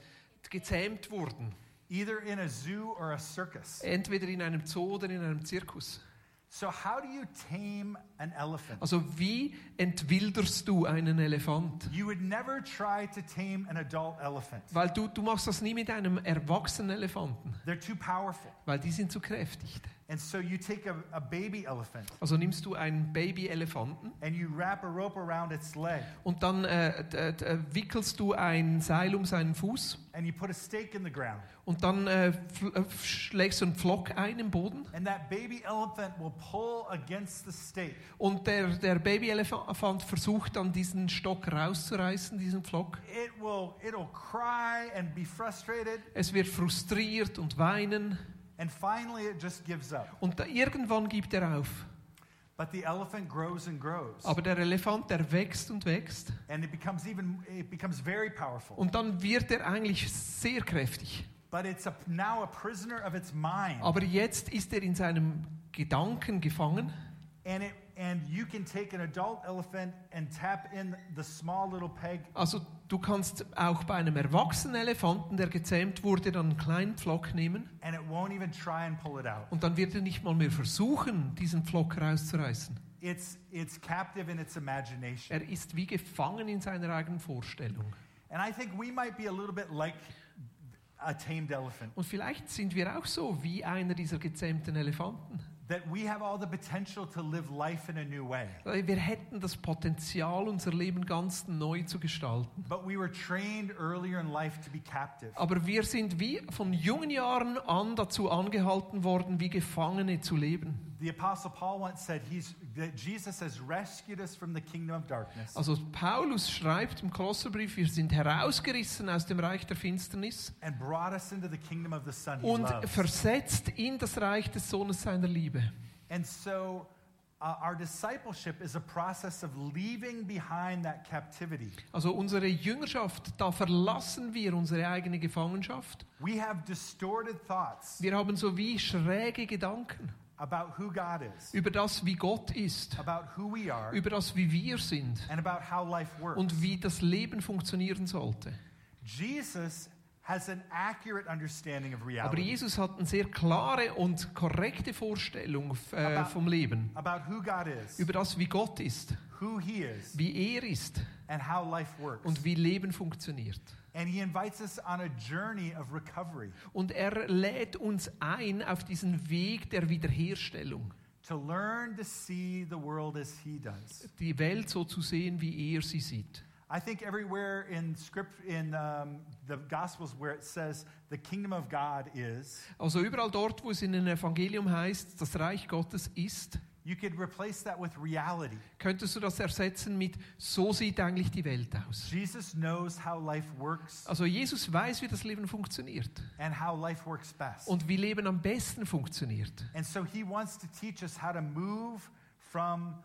[SPEAKER 2] gezähmt wurden.
[SPEAKER 1] either in a zoo or a circus.
[SPEAKER 2] Entweder in einem Zoo oder in einem Zirkus.
[SPEAKER 1] So, how do you tame an elephant?
[SPEAKER 2] Also wie entwilderst du einen Elefant?
[SPEAKER 1] You would never try to tame an adult elephant,
[SPEAKER 2] Weil du, du machst das nie mit einem erwachsenen Elefanten,
[SPEAKER 1] they're too powerful.
[SPEAKER 2] weil die sind zu kräftig.
[SPEAKER 1] And so, you take a, a baby elephant
[SPEAKER 2] Also nimmst du einen Baby-Elefanten
[SPEAKER 1] and you wrap a rope around its leg
[SPEAKER 2] und dann äh, d- d- wickelst du ein Seil um seinen Fuß
[SPEAKER 1] and you put a stake in the ground.
[SPEAKER 2] und dann äh, fl- äh, schlägst du einen Flock ein im Boden
[SPEAKER 1] And that baby elephant will pull against the stake.
[SPEAKER 2] und der, der Baby-Elefant versucht dann diesen Stock rauszureißen, diesen Flock.
[SPEAKER 1] It will, it'll cry and be frustrated.
[SPEAKER 2] Es wird frustriert und weinen
[SPEAKER 1] And finally, it just gives up.
[SPEAKER 2] und da, irgendwann gibt er auf.
[SPEAKER 1] But the elephant grows and grows.
[SPEAKER 2] Aber der Elefant, der wächst und wächst
[SPEAKER 1] And it becomes even, it becomes very powerful.
[SPEAKER 2] und dann wird er eigentlich sehr kräftig.
[SPEAKER 1] But it's a, now a prisoner of its mind.
[SPEAKER 2] Aber jetzt ist er in seinem Gedanken gefangen
[SPEAKER 1] And, it, and you can take an adult elephant and tap in the small little peg,
[SPEAKER 2] Also du kannst auch bei einem erwachsenen Elefanten, der gezähmt wurde, dann einen kleinen Flock nehmen
[SPEAKER 1] and it won't even try and pull it out.
[SPEAKER 2] und dann wird er nicht mal mehr versuchen, diesen Flock rauszureißen.
[SPEAKER 1] It's, it's captive in its imagination.
[SPEAKER 2] Er ist wie gefangen in seiner eigenen Vorstellung.
[SPEAKER 1] And I think we might be a little bit like a tamed elephant,
[SPEAKER 2] Und vielleicht sind wir auch so wie einer dieser gezähmten Elefanten.
[SPEAKER 1] that we have all the potential to live life in a new way.
[SPEAKER 2] Wir hätten das Potenzial, unser Leben ganz neu zu gestalten.
[SPEAKER 1] But we were trained earlier in life to be captive.
[SPEAKER 2] Aber wir sind wie von jungen Jahren an dazu angehalten worden, wie Gefangene zu leben.
[SPEAKER 1] The Apostle Paul once said he's, that Jesus has rescued us from the kingdom of darkness
[SPEAKER 2] Also Paulus schreibt im Kolosserbrief, wir sind herausgerissen aus dem Reich der Finsternis
[SPEAKER 1] and brought us into the kingdom of the Son. He
[SPEAKER 2] und
[SPEAKER 1] loves.
[SPEAKER 2] versetzt in das Reich des Sohnes seiner Liebe.
[SPEAKER 1] And so uh, our discipleship is a process of leaving behind that captivity.
[SPEAKER 2] Also unsere Jüngerschaft, da verlassen wir unsere eigene Gefangenschaft.
[SPEAKER 1] We have distorted thoughts
[SPEAKER 2] Wir haben so wie schräge Gedanken
[SPEAKER 1] about who God is,
[SPEAKER 2] über das, wie Gott ist,
[SPEAKER 1] about who we are,
[SPEAKER 2] über das, wie wir sind
[SPEAKER 1] and about how life works.
[SPEAKER 2] und wie das Leben funktionieren sollte.
[SPEAKER 1] Jesus has an accurate understanding of
[SPEAKER 2] Aber
[SPEAKER 1] reality,
[SPEAKER 2] Jesus hat eine sehr klare und korrekte Vorstellung äh, vom Leben,
[SPEAKER 1] about who God is,
[SPEAKER 2] über das, wie Gott ist,
[SPEAKER 1] who He is,
[SPEAKER 2] wie er ist.
[SPEAKER 1] and how life works.
[SPEAKER 2] und wie Leben funktioniert.
[SPEAKER 1] And He invites us on a journey of recovery
[SPEAKER 2] Und er lädt uns ein auf diesen Weg der Wiederherstellung,
[SPEAKER 1] to learn to see the world as He does.
[SPEAKER 2] die Welt so zu sehen, wie er sie sieht.
[SPEAKER 1] I think everywhere in script in um, the Gospels where it says the kingdom of God is,
[SPEAKER 2] Also überall dort, wo es in dem Evangelium heißt, das Reich Gottes ist,
[SPEAKER 1] you could replace that with reality.
[SPEAKER 2] könntest du das ersetzen mit, so sieht eigentlich die Welt aus.
[SPEAKER 1] Jesus knows how life works
[SPEAKER 2] Also Jesus weiß, wie das Leben funktioniert
[SPEAKER 1] and how life works best,
[SPEAKER 2] und wie Leben am besten funktioniert.
[SPEAKER 1] and so He wants to teach us how to move from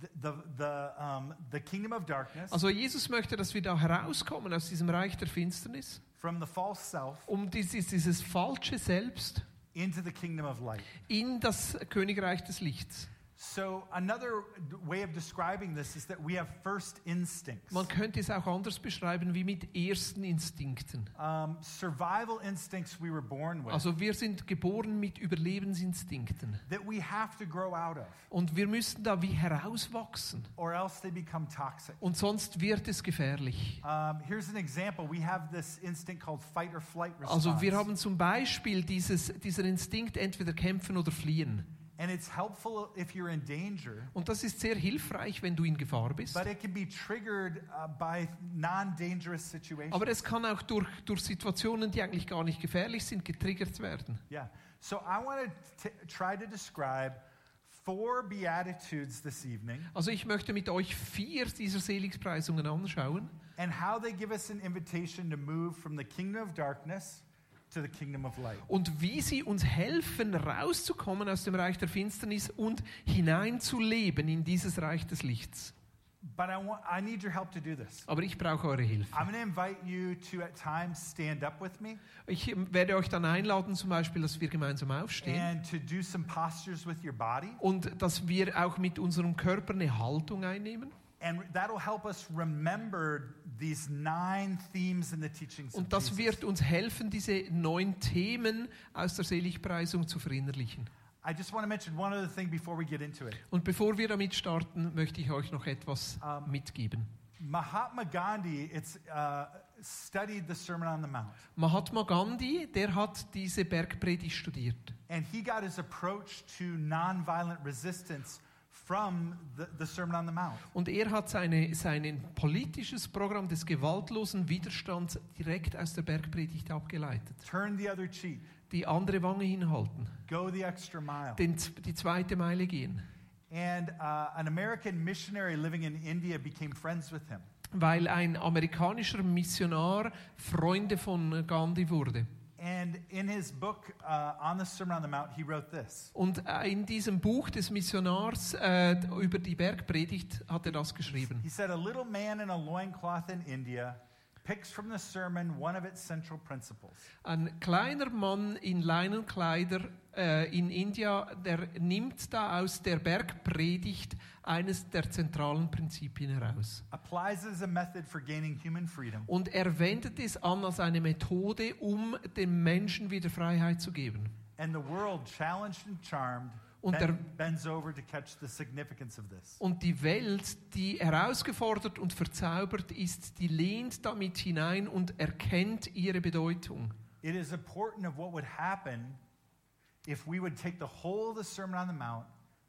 [SPEAKER 1] the the the, um, the kingdom of darkness,
[SPEAKER 2] Also Jesus möchte, dass wir da herauskommen aus diesem Reich der Finsternis,
[SPEAKER 1] from the false self,
[SPEAKER 2] um dieses, dieses falsche Selbst
[SPEAKER 1] into the kingdom of light.
[SPEAKER 2] in das Königreich des Lichts.
[SPEAKER 1] So another d- way of describing this is that we have first instincts.
[SPEAKER 2] Man könnte es auch anders beschreiben wie mit ersten Instinkten.
[SPEAKER 1] Um, survival instincts we were born with.
[SPEAKER 2] Also wir sind geboren mit Überlebensinstinkten
[SPEAKER 1] that we have to grow out of,
[SPEAKER 2] und wir müssen da wie herauswachsen
[SPEAKER 1] or else they become toxic.
[SPEAKER 2] und sonst wird es gefährlich.
[SPEAKER 1] Um, here's an example. We have this instinct called fight or flight response.
[SPEAKER 2] Also wir haben zum Beispiel dieses, dieser Instinkt entweder kämpfen oder fliehen.
[SPEAKER 1] And it's helpful if you're in danger,
[SPEAKER 2] Und das ist sehr hilfreich, wenn du in Gefahr bist.
[SPEAKER 1] but it can be triggered uh, by non dangerous situations.
[SPEAKER 2] Aber es kann auch durch, durch Situationen, die eigentlich gar nicht gefährlich sind, getriggert werden.
[SPEAKER 1] Yeah. So I want to try to describe four Beatitudes this evening
[SPEAKER 2] Also ich möchte mit euch vier dieser Seligspreisungen anschauen
[SPEAKER 1] and how they give us an invitation to move from the kingdom of darkness to the kingdom of light.
[SPEAKER 2] und wie sie uns helfen, rauszukommen aus dem Reich der Finsternis und hineinzuleben in dieses Reich des Lichts.
[SPEAKER 1] But I, want, I need your help to do this.
[SPEAKER 2] Aber ich brauche eure Hilfe.
[SPEAKER 1] I'm going to invite you to, at times, stand up with me
[SPEAKER 2] Ich ähm, werde euch dann einladen, zum Beispiel, dass wir gemeinsam aufstehen
[SPEAKER 1] and to do some postures with your body.
[SPEAKER 2] und dass wir auch mit unserem Körper eine Haltung einnehmen.
[SPEAKER 1] And that'll help us remember these nine themes in the teachings of
[SPEAKER 2] Und das
[SPEAKER 1] Jesus.
[SPEAKER 2] wird uns helfen, diese neun Themen aus der Seligpreisung zu verinnerlichen.
[SPEAKER 1] I just want to mention one other thing before we get into it.
[SPEAKER 2] Und bevor wir damit starten, möchte ich euch noch etwas
[SPEAKER 1] Ähm.
[SPEAKER 2] mitgeben.
[SPEAKER 1] Mahatma Gandhi it's, uh, studied the Sermon on the Mount,
[SPEAKER 2] Mahatma Gandhi, der hat diese Bergpredigt studiert.
[SPEAKER 1] and he got his approach to nonviolent resistance from the, the Sermon on the Mount.
[SPEAKER 2] Und er hat seine, sein politisches Programm des gewaltlosen Widerstands direkt aus der Bergpredigt abgeleitet.
[SPEAKER 1] Turn the other cheek,
[SPEAKER 2] Die andere Wange hinhalten,
[SPEAKER 1] go the extra mile.
[SPEAKER 2] den, z- die zweite Meile gehen.
[SPEAKER 1] And uh, an American missionary living in India became friends with him.
[SPEAKER 2] Weil ein amerikanischer Missionar Freunde von Gandhi wurde.
[SPEAKER 1] And in his book uh, on the Sermon on the Mount, he wrote this.
[SPEAKER 2] Und äh, in diesem Buch des Missionars äh, über die Bergpredigt hat er das geschrieben.
[SPEAKER 1] He said, A little man in a loincloth in India picks from the sermon one of its central principles.
[SPEAKER 2] Ein kleiner Mann in Leinenkleider äh, in India, der nimmt da aus der Bergpredigt eines der zentralen Prinzipien heraus.
[SPEAKER 1] applies as a method for gaining human freedom
[SPEAKER 2] Und er wendet es an als eine Methode, um den Menschen wieder Freiheit zu geben.
[SPEAKER 1] and the world challenged and charmed
[SPEAKER 2] Und
[SPEAKER 1] ben-
[SPEAKER 2] der-
[SPEAKER 1] bends over to catch the significance of this
[SPEAKER 2] Und die Welt, die herausgefordert und verzaubert ist, die lehnt damit hinein und erkennt ihre Bedeutung.
[SPEAKER 1] it is important of what would happen if we would take the whole of the sermon on the mount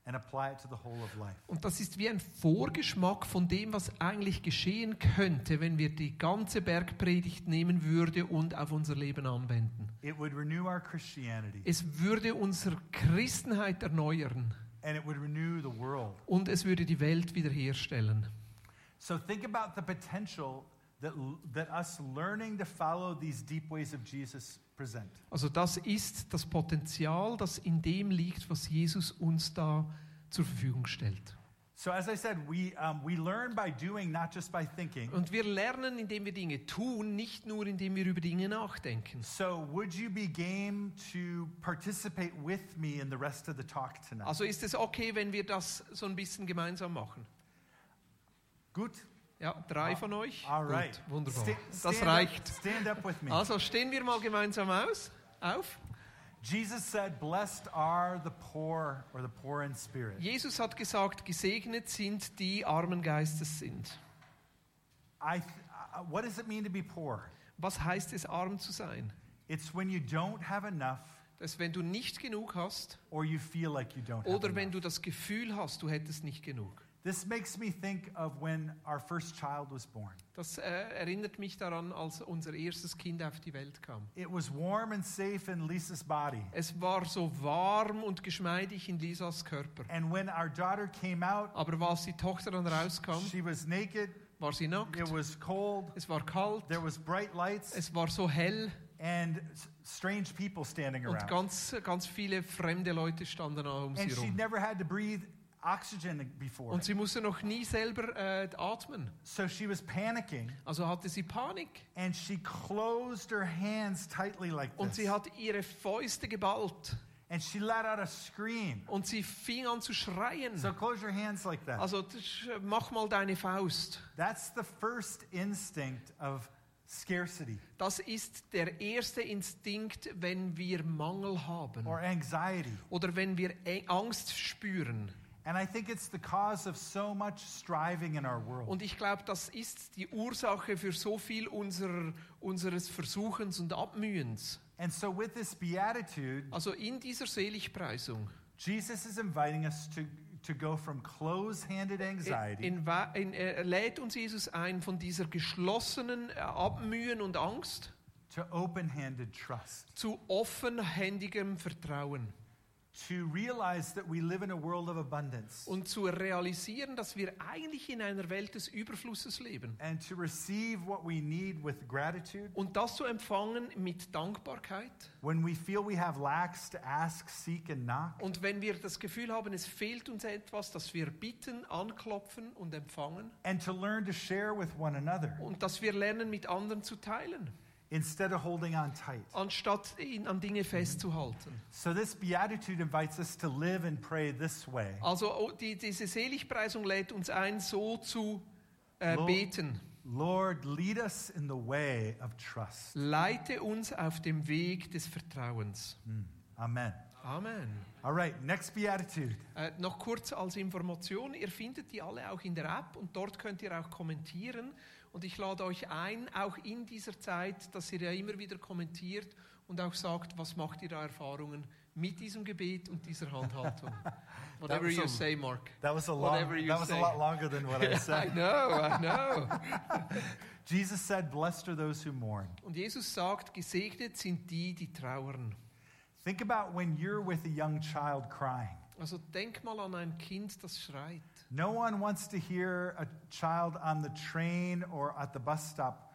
[SPEAKER 1] and apply it to the whole of life
[SPEAKER 2] Und das ist wie ein Vorgeschmack von dem, was eigentlich geschehen könnte, wenn wir die ganze Bergpredigt nehmen würde und auf unser Leben anwenden.
[SPEAKER 1] it would renew our christianity
[SPEAKER 2] Es würde unsere Christenheit erneuern
[SPEAKER 1] and it would renew the world
[SPEAKER 2] und es würde die Welt wiederherstellen.
[SPEAKER 1] so think about the potential that, l- that us learning to follow these deep ways of jesus present
[SPEAKER 2] Also das ist das Potenzial, das in dem liegt, was Jesus uns da zur Verfügung stellt.
[SPEAKER 1] so as i said we, um, we learn by doing not just by thinking
[SPEAKER 2] Und wir lernen, indem wir Dinge tun, nicht nur indem wir über Dinge nachdenken.
[SPEAKER 1] So, would you be game to participate with me in the rest of the talk tonight?
[SPEAKER 2] Also ist es okay, wenn wir das so ein bisschen gemeinsam machen?
[SPEAKER 1] Good.
[SPEAKER 2] Ja, drei
[SPEAKER 1] Ah,
[SPEAKER 2] von euch.
[SPEAKER 1] All
[SPEAKER 2] Gut,
[SPEAKER 1] right.
[SPEAKER 2] wunderbar.
[SPEAKER 1] Sta-
[SPEAKER 2] das
[SPEAKER 1] stand
[SPEAKER 2] reicht.
[SPEAKER 1] Up, stand up with me.
[SPEAKER 2] Also stehen wir mal gemeinsam aus, auf.
[SPEAKER 1] Jesus said, "Blessed are the poor, or the poor in spirit."
[SPEAKER 2] Jesus hat gesagt, gesegnet sind die armen Geistes sind.
[SPEAKER 1] I. Th- uh, what does it mean to be poor?
[SPEAKER 2] Was heißt es, arm zu sein?
[SPEAKER 1] It's when you don't have enough,
[SPEAKER 2] Das ist, wenn du nicht genug hast
[SPEAKER 1] or you feel like you don't. have
[SPEAKER 2] oder
[SPEAKER 1] enough.
[SPEAKER 2] wenn du das Gefühl hast, du hättest nicht genug.
[SPEAKER 1] This makes me think of when our first child was born.
[SPEAKER 2] Das äh, erinnert mich daran, als unser erstes Kind auf die Welt kam.
[SPEAKER 1] It was warm and safe in Lisa's body,
[SPEAKER 2] Es war so warm und geschmeidig in Lisas Körper.
[SPEAKER 1] and when our daughter came out,
[SPEAKER 2] Aber als die Tochter dann rauskam,
[SPEAKER 1] she was naked.
[SPEAKER 2] war sie nackt,
[SPEAKER 1] It was cold.
[SPEAKER 2] es war kalt,
[SPEAKER 1] There was bright lights
[SPEAKER 2] es war so hell.
[SPEAKER 1] and s- strange people standing
[SPEAKER 2] Und
[SPEAKER 1] around.
[SPEAKER 2] ganz, ganz viele fremde Leute standen da um
[SPEAKER 1] And
[SPEAKER 2] sie
[SPEAKER 1] she'd
[SPEAKER 2] rum.
[SPEAKER 1] never had to breathe oxygen before.
[SPEAKER 2] Und sie musste noch nie selber äh, atmen.
[SPEAKER 1] So she was panicking
[SPEAKER 2] Also hatte sie Panik.
[SPEAKER 1] and she closed her hands tightly like
[SPEAKER 2] Und
[SPEAKER 1] this.
[SPEAKER 2] sie hat ihre Fäuste geballt.
[SPEAKER 1] And she let out a scream.
[SPEAKER 2] Und sie fing an zu schreien.
[SPEAKER 1] So close your hands like that.
[SPEAKER 2] Also das ist, äh, mach mal deine Faust.
[SPEAKER 1] That's the first instinct of scarcity
[SPEAKER 2] Das ist der erste Instinkt, wenn wir Mangel haben.
[SPEAKER 1] or anxiety.
[SPEAKER 2] Oder wenn wir Ä- Angst spüren.
[SPEAKER 1] And I think it's the cause of so much striving in our world.
[SPEAKER 2] Und ich glaube, das ist die Ursache für so viel unserer, unseres Versuchens und Abmühens.
[SPEAKER 1] And so, with this beatitude,
[SPEAKER 2] Also in dieser Seligpreisung
[SPEAKER 1] Jesus is inviting us to, to go from close handed anxiety
[SPEAKER 2] In, wa- in, er lädt uns Jesus ein von dieser geschlossenen äh, Abmühen und Angst
[SPEAKER 1] to open handed trust,
[SPEAKER 2] zu offenhändigem Vertrauen
[SPEAKER 1] to realize that we live in a world of abundance,
[SPEAKER 2] und zu realisieren, dass wir eigentlich in einer Welt des Überflusses leben
[SPEAKER 1] and to receive what we need with gratitude.
[SPEAKER 2] und das zu empfangen mit Dankbarkeit.
[SPEAKER 1] When we feel we have lacks, to ask, seek, and knock.
[SPEAKER 2] Und wenn wir das Gefühl haben, es fehlt uns etwas, dass wir bitten, anklopfen und empfangen
[SPEAKER 1] And to learn to share with one another
[SPEAKER 2] und dass wir lernen, mit anderen zu teilen,
[SPEAKER 1] instead of holding on tight.
[SPEAKER 2] anstatt ihn an Dinge festzuhalten.
[SPEAKER 1] So, this beatitude invites us to live and pray this way.
[SPEAKER 2] Also oh, die, diese Seligpreisung lädt uns ein, so zu äh,
[SPEAKER 1] Lord.
[SPEAKER 2] beten.
[SPEAKER 1] Lord, lead us in the way of trust.
[SPEAKER 2] Leite uns auf dem Weg des Vertrauens.
[SPEAKER 1] Amen.
[SPEAKER 2] Amen.
[SPEAKER 1] All right, next beatitude.
[SPEAKER 2] Äh, noch kurz als Information, ihr findet die alle auch in der App und dort könnt ihr auch kommentieren. Und ich lade euch ein, auch in dieser Zeit, dass ihr ja immer wieder kommentiert und auch sagt, was macht ihr da Erfahrungen mit diesem Gebet und dieser Handhaltung. Whatever
[SPEAKER 1] was
[SPEAKER 2] you
[SPEAKER 1] a-
[SPEAKER 2] say, Mark.
[SPEAKER 1] That was a
[SPEAKER 2] Whatever
[SPEAKER 1] long,
[SPEAKER 2] you
[SPEAKER 1] that was a
[SPEAKER 2] say.
[SPEAKER 1] lot longer than what I
[SPEAKER 2] I
[SPEAKER 1] said.
[SPEAKER 2] know, I know.
[SPEAKER 1] Jesus said, "Blessed are those who mourn."
[SPEAKER 2] Und Jesus sagt, gesegnet sind die, die trauern.
[SPEAKER 1] Think about when you're with a young child crying.
[SPEAKER 2] Also denk mal an ein Kind, das schreit.
[SPEAKER 1] No one wants to hear a child on the train or at the bus stop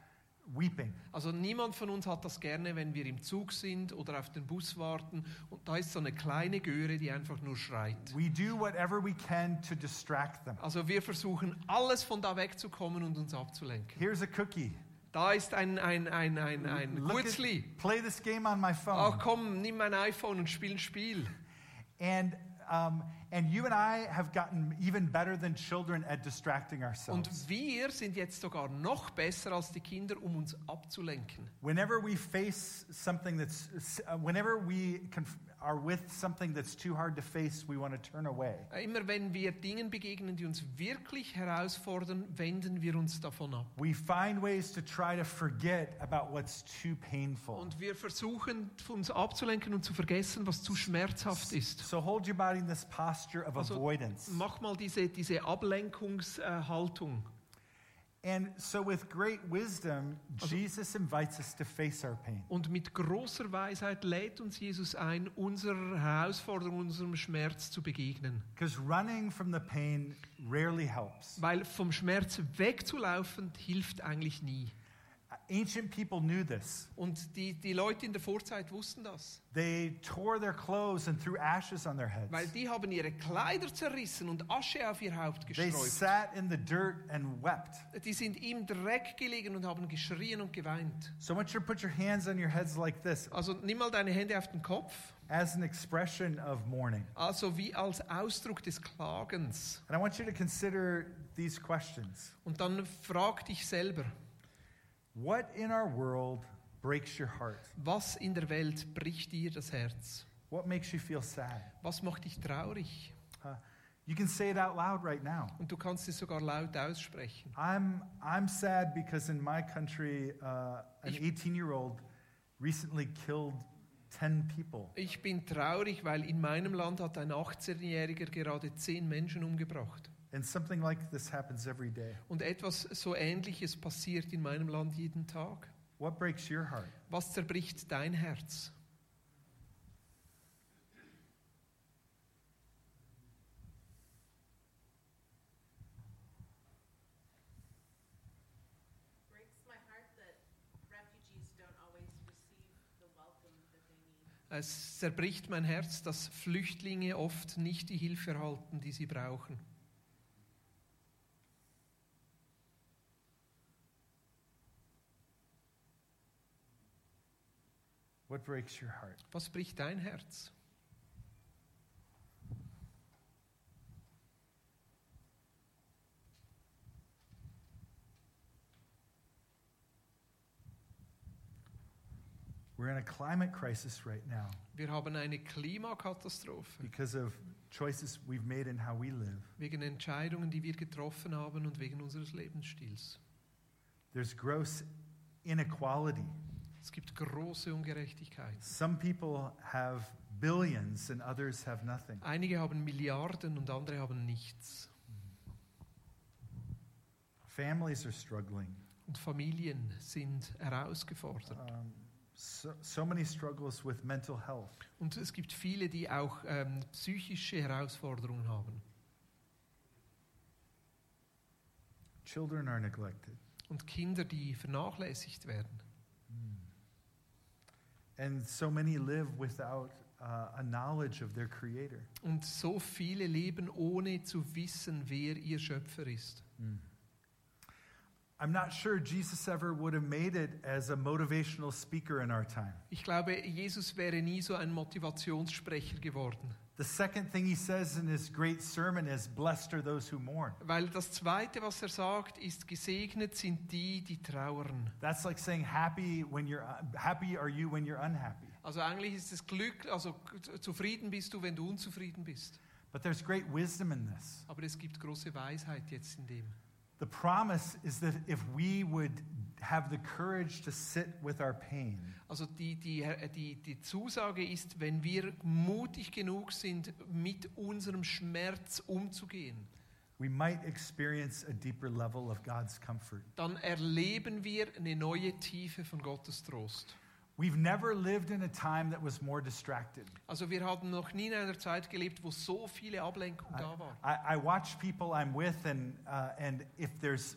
[SPEAKER 1] weeping.
[SPEAKER 2] Also niemand von uns hat das gerne, wenn wir im Zug sind oder auf den Bus warten und da ist so eine kleine Göre, die einfach nur schreit.
[SPEAKER 1] We do whatever we can to distract them.
[SPEAKER 2] Also wir versuchen alles von da wegzukommen und uns abzulenken.
[SPEAKER 1] Here's a cookie.
[SPEAKER 2] Da ist ein, ein, ein, ein, ein
[SPEAKER 1] Look at-
[SPEAKER 2] Kurzli.
[SPEAKER 1] play this game on my
[SPEAKER 2] Ach
[SPEAKER 1] phone.
[SPEAKER 2] komm, nimm mein iPhone und spiel ein Spiel.
[SPEAKER 1] And um, and you and I have gotten even better than children at distracting ourselves.
[SPEAKER 2] Und wir sind jetzt sogar noch besser als die Kinder, um uns abzulenken.
[SPEAKER 1] Whenever we face something that's, uh, whenever we conf- are with something that's too hard to face, we want to turn away.
[SPEAKER 2] Äh, Immer wenn wir Dingen begegnen, die uns wirklich herausfordern, wenden wir uns davon ab.
[SPEAKER 1] We find ways to try to forget about what's too painful.
[SPEAKER 2] Und wir versuchen, uns abzulenken und zu vergessen, was zu schmerzhaft ist.
[SPEAKER 1] So hold your body in this posture of
[SPEAKER 2] Also-
[SPEAKER 1] avoidance.
[SPEAKER 2] Mach mal diese, diese Ablenkungshaltung.
[SPEAKER 1] And so, with great wisdom, Jesus invites us to face our pain.
[SPEAKER 2] Und mit großer Weisheit lädt uns Jesus ein, unserer Herausforderung, unserem Schmerz zu begegnen.
[SPEAKER 1] Because running from the pain rarely helps.
[SPEAKER 2] Weil vom Schmerz wegzulaufen hilft eigentlich nie.
[SPEAKER 1] Ancient people knew this.
[SPEAKER 2] Und die, die Leute in der Vorzeit wussten das.
[SPEAKER 1] They tore their clothes and threw ashes on their heads.
[SPEAKER 2] Weil die haben ihre Kleider zerrissen und Asche auf ihr Haupt
[SPEAKER 1] They
[SPEAKER 2] gestreut.
[SPEAKER 1] sat in the dirt and wept.
[SPEAKER 2] Die sind im Dreck gelegen und haben geschrien und geweint.
[SPEAKER 1] So I want you to put your hands on your heads like this
[SPEAKER 2] Also nimm mal deine Hände auf den Kopf.
[SPEAKER 1] as an expression of mourning.
[SPEAKER 2] Also wie als Ausdruck des Klagens.
[SPEAKER 1] And I want you to consider these questions
[SPEAKER 2] Und dann frag dich selber,
[SPEAKER 1] What in our world breaks your heart?
[SPEAKER 2] was in der Welt bricht dir das Herz?
[SPEAKER 1] What makes you feel sad?
[SPEAKER 2] Was macht dich traurig?
[SPEAKER 1] Uh, you can say it out loud right now.
[SPEAKER 2] Und du kannst es sogar laut aussprechen.
[SPEAKER 1] I'm, I'm sad because in my country, uh, an 18 year old recently killed 10 people.
[SPEAKER 2] Ich bin traurig, weil in meinem Land hat ein 18-Jähriger gerade 10 Menschen umgebracht.
[SPEAKER 1] And something like this happens every day.
[SPEAKER 2] Und etwas so Ähnliches passiert in meinem Land jeden Tag.
[SPEAKER 1] What breaks your heart?
[SPEAKER 2] Was zerbricht dein Herz?
[SPEAKER 3] breaks my heart that refugees don't always receive the welcome that they need.
[SPEAKER 2] Es zerbricht mein Herz, dass Flüchtlinge oft nicht die Hilfe erhalten, die sie brauchen.
[SPEAKER 1] What breaks your heart?
[SPEAKER 2] Was bricht dein Herz?
[SPEAKER 1] We're in a climate crisis right now
[SPEAKER 2] Wir haben eine Klimakatastrophe
[SPEAKER 1] because of choices we've made in how we live.
[SPEAKER 2] wegen Entscheidungen, die wir getroffen haben und wegen unseres Lebensstils.
[SPEAKER 1] There's gross inequality.
[SPEAKER 2] Es gibt große Ungerechtigkeit.
[SPEAKER 1] Some people have billions and others have nothing.
[SPEAKER 2] Einige haben Milliarden und andere haben nichts.
[SPEAKER 1] Families are struggling.
[SPEAKER 2] Und Familien sind herausgefordert.
[SPEAKER 1] Um, so, so many struggles with mental health.
[SPEAKER 2] Und es gibt viele, die auch ähm, psychische Herausforderungen haben.
[SPEAKER 1] Children are neglected.
[SPEAKER 2] Und Kinder, die vernachlässigt werden.
[SPEAKER 1] Mm. And so many live without uh, a knowledge of their Creator.
[SPEAKER 2] Und so viele leben, ohne zu wissen, wer ihr Schöpfer ist.
[SPEAKER 1] Mm. I'm not sure Jesus ever would have made it as a motivational speaker in our time.
[SPEAKER 2] Ich glaube, Jesus wäre nie so ein Motivationssprecher geworden.
[SPEAKER 1] The second thing he says in his great sermon is, Blessed are those who mourn.
[SPEAKER 2] Weil das Zweite, was er sagt, ist, gesegnet sind die, die trauern.
[SPEAKER 1] That's like saying, Happy, when you're, happy are you when you're unhappy.
[SPEAKER 2] Also eigentlich ist es Glück, also g- zufrieden bist du, wenn du unzufrieden bist.
[SPEAKER 1] But there's great wisdom in this.
[SPEAKER 2] Aber es gibt große Weisheit jetzt in dem.
[SPEAKER 1] The promise is that if we would have the courage to sit with our pain,
[SPEAKER 2] Also die, die, äh, die, die Zusage ist, wenn wir mutig genug sind, mit unserem Schmerz umzugehen,
[SPEAKER 1] we might experience a deeper level of God's comfort.
[SPEAKER 2] dann erleben wir eine neue Tiefe von Gottes Trost.
[SPEAKER 1] We've never lived in a time that was more distracted.
[SPEAKER 2] Also wir haben noch nie in einer Zeit gelebt, wo so viele Ablenkung da war.
[SPEAKER 1] I, I watch people I'm with, and, uh, and if there's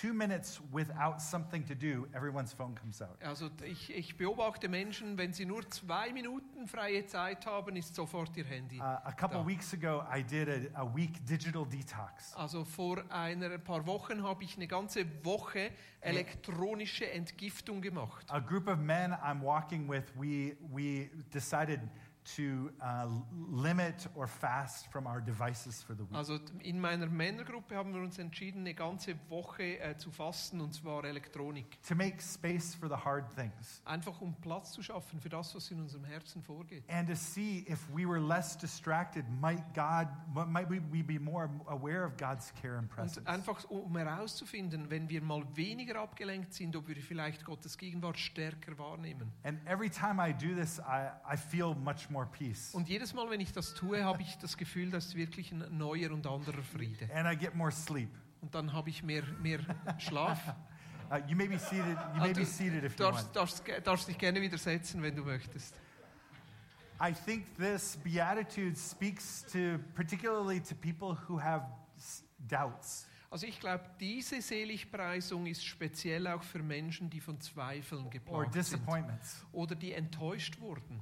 [SPEAKER 1] two minutes without something to do, everyone's phone comes out.
[SPEAKER 2] Also d- ich, ich beobachte Menschen, wenn sie nur zwei Minuten freie Zeit haben, ist sofort ihr Handy.
[SPEAKER 1] Uh, a couple
[SPEAKER 2] Da.
[SPEAKER 1] weeks ago, I did a, a week digital detox.
[SPEAKER 2] Also vor einer ein paar Wochen habe ich eine ganze Woche elektronische Entgiftung gemacht.
[SPEAKER 1] A group of men I'm walking with, we, we decided to uh, limit or fast from our devices for the week.
[SPEAKER 2] Also t- in meiner Männergruppe haben wir uns entschieden, eine ganze Woche äh, zu fasten, und zwar Elektronik.
[SPEAKER 1] to make space for the hard things
[SPEAKER 2] Einfach um Platz zu schaffen für das, was in unserem Herzen vorgeht.
[SPEAKER 1] and to see if we were less distracted might god might we, we be more aware of god's care and presence
[SPEAKER 2] Und einfach um herauszufinden, wenn wir mal weniger abgelenkt sind, ob wir vielleicht Gottes Gegenwart stärker wahrnehmen.
[SPEAKER 1] and every time i do this i, I feel much more peace
[SPEAKER 2] Und jedes Mal, wenn ich das tue, habe ich das Gefühl, das ist wirklich ein neuer und anderer Friede.
[SPEAKER 1] and i get more sleep
[SPEAKER 2] Und dann habe ich mehr, mehr Schlaf.
[SPEAKER 1] uh, you may be seated you
[SPEAKER 2] Ah,
[SPEAKER 1] may
[SPEAKER 2] du
[SPEAKER 1] be seated if you want
[SPEAKER 2] darfst, darfst, ge- darfst dich gerne wieder setzen, wenn du möchtest.
[SPEAKER 1] i think this beatitude speaks to particularly to people who have s- doubts
[SPEAKER 2] Also ich glaube, diese Seligpreisung ist speziell auch für Menschen, die von Zweifeln
[SPEAKER 1] or
[SPEAKER 2] geplagt sind
[SPEAKER 1] disappointments
[SPEAKER 2] oder die enttäuscht wurden.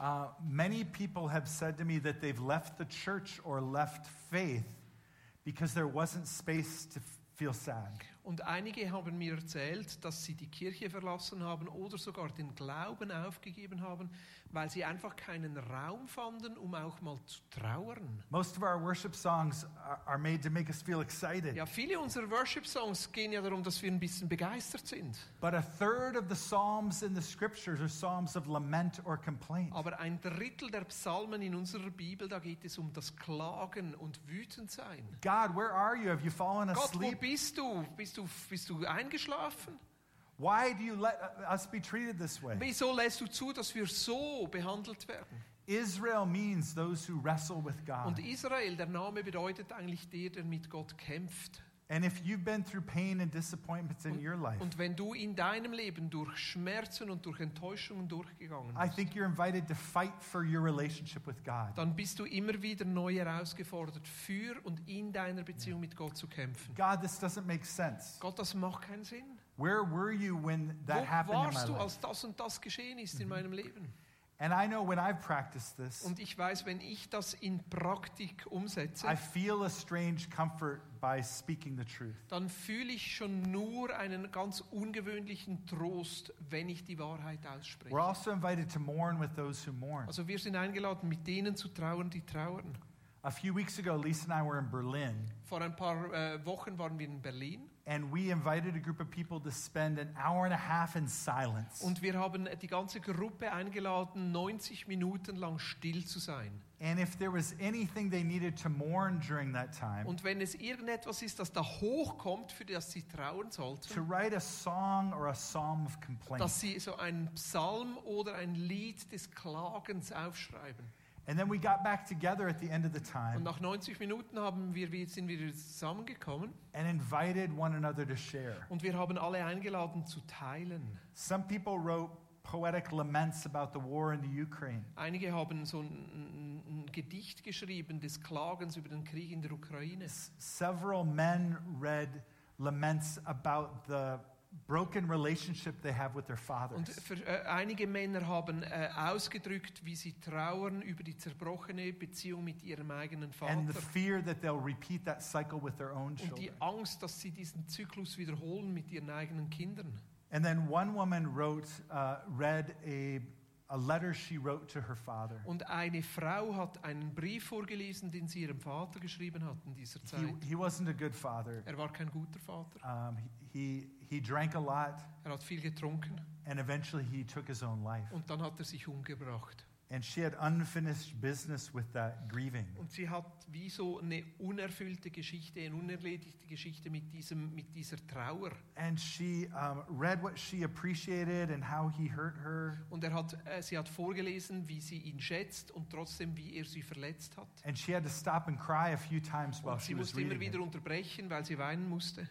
[SPEAKER 1] Uh, many people have said to me that they've left the church or left faith because there wasn't space to f- feel sad.
[SPEAKER 2] Und einige haben mir erzählt, dass sie die Kirche verlassen haben oder sogar den Glauben aufgegeben haben, weil sie einfach keinen Raum fanden, um auch mal zu trauern.
[SPEAKER 1] Most of our worship songs are, are made to make us feel excited,
[SPEAKER 2] Ja, viele unserer Worship-Songs gehen ja darum, dass wir ein bisschen begeistert sind.
[SPEAKER 1] but a third of the psalms in the scriptures are psalms of lament or complaint.
[SPEAKER 2] Aber ein Drittel der Psalmen in unserer Bibel, da geht es um das Klagen und Wütendsein.
[SPEAKER 1] God, where are you? Have you fallen
[SPEAKER 2] Gott, wo
[SPEAKER 1] asleep?
[SPEAKER 2] bist du? Bist du, bist du eingeschlafen?
[SPEAKER 1] Why do you let uh, us be treated this way?
[SPEAKER 2] Wieso lässt du zu, dass wir so behandelt werden?
[SPEAKER 1] Israel means those who wrestle with
[SPEAKER 2] Und
[SPEAKER 1] God.
[SPEAKER 2] Israel, der Name bedeutet eigentlich der, der mit Gott kämpft.
[SPEAKER 1] And if you've been through pain and disappointments in your life,
[SPEAKER 2] Und wenn du in deinem Leben durch Schmerzen und durch Enttäuschungen durchgegangen
[SPEAKER 1] I
[SPEAKER 2] bist,
[SPEAKER 1] think you're invited to fight for your relationship with God.
[SPEAKER 2] dann bist du immer wieder neu herausgefordert, für und in deiner Beziehung mit Gott zu kämpfen.
[SPEAKER 1] God, this doesn't make sense.
[SPEAKER 2] Gott, das macht keinen Sinn.
[SPEAKER 1] Where were you when that
[SPEAKER 2] Wo
[SPEAKER 1] happened in my
[SPEAKER 2] warst du,
[SPEAKER 1] life? Mhm.
[SPEAKER 2] als das und das geschehen ist in meinem Leben?
[SPEAKER 1] And I know when I've practiced this,
[SPEAKER 2] Und ich weiß, wenn ich das in Praktik umsetze,
[SPEAKER 1] I feel a strange comfort by speaking the truth.
[SPEAKER 2] dann fühle ich schon nur einen ganz ungewöhnlichen Trost, wenn ich die Wahrheit
[SPEAKER 1] We're
[SPEAKER 2] ausspreche.
[SPEAKER 1] also invited to mourn with those who mourn.
[SPEAKER 2] Also wir sind eingeladen, mit denen zu trauern, die trauern.
[SPEAKER 1] A few weeks ago, Lisa and I were in Berlin,
[SPEAKER 2] Vor ein paar äh, Wochen waren wir in Berlin
[SPEAKER 1] and we invited a group of people to spend an hour and a half in silence.
[SPEAKER 2] Und wir haben äh, die ganze Gruppe eingeladen, 90 Minuten lang still zu sein.
[SPEAKER 1] And if there was anything they needed to mourn during that time,
[SPEAKER 2] Und wenn es irgendetwas ist, das da hochkommt, für das sie trauern
[SPEAKER 1] to
[SPEAKER 2] sollten,
[SPEAKER 1] write a song or a psalm of complaint.
[SPEAKER 2] dass sie so einen Psalm oder ein Lied des Klagens aufschreiben.
[SPEAKER 1] And then we got back together at the end of the
[SPEAKER 2] Und
[SPEAKER 1] time
[SPEAKER 2] nach 90 Minuten haben wir, wir- sind wir wieder zusammengekommen
[SPEAKER 1] and invited one another to share.
[SPEAKER 2] und wir haben alle eingeladen zu teilen.
[SPEAKER 1] Some people wrote poetic laments about the war in the Ukraine.
[SPEAKER 2] Einige haben so ein, ein, ein Gedicht geschrieben des Klagens über den Krieg in der Ukraine.
[SPEAKER 1] S- Several men read laments about the broken relationship they have with their fathers.
[SPEAKER 2] Und für, äh, einige Männer haben äh, ausgedrückt, wie sie trauern über die zerbrochene Beziehung mit ihrem eigenen
[SPEAKER 1] and
[SPEAKER 2] Vater
[SPEAKER 1] the fear that they'll repeat that cycle with their own
[SPEAKER 2] und die
[SPEAKER 1] children.
[SPEAKER 2] Angst, dass sie diesen Zyklus wiederholen mit ihren eigenen Kindern.
[SPEAKER 1] And then one woman wrote, uh, read a, a letter she wrote to her father.
[SPEAKER 2] Und eine Frau hat einen Brief vorgelesen, den sie ihrem Vater geschrieben hat in dieser
[SPEAKER 1] He,
[SPEAKER 2] Zeit.
[SPEAKER 1] he wasn't a good father.
[SPEAKER 2] Er war kein guter Vater.
[SPEAKER 1] Um, he, he drank a lot
[SPEAKER 2] Er hat viel getrunken
[SPEAKER 1] and eventually he took his own life.
[SPEAKER 2] und dann hat er sich umgebracht.
[SPEAKER 1] And she had unfinished business with that grieving.
[SPEAKER 2] Und sie hat wie so eine unerfüllte Geschichte, eine unerledigte Geschichte mit, diesem, mit dieser Trauer.
[SPEAKER 1] And she um, read what she appreciated and how he hurt her.
[SPEAKER 2] Und er hat, äh, sie hat vorgelesen, wie sie ihn schätzt und trotzdem, wie er sie verletzt hat.
[SPEAKER 1] And she had to stop and cry a few times while
[SPEAKER 2] Und
[SPEAKER 1] she
[SPEAKER 2] sie
[SPEAKER 1] was
[SPEAKER 2] musste immer
[SPEAKER 1] reading.
[SPEAKER 2] wieder
[SPEAKER 1] It.
[SPEAKER 2] unterbrechen, weil sie weinen musste.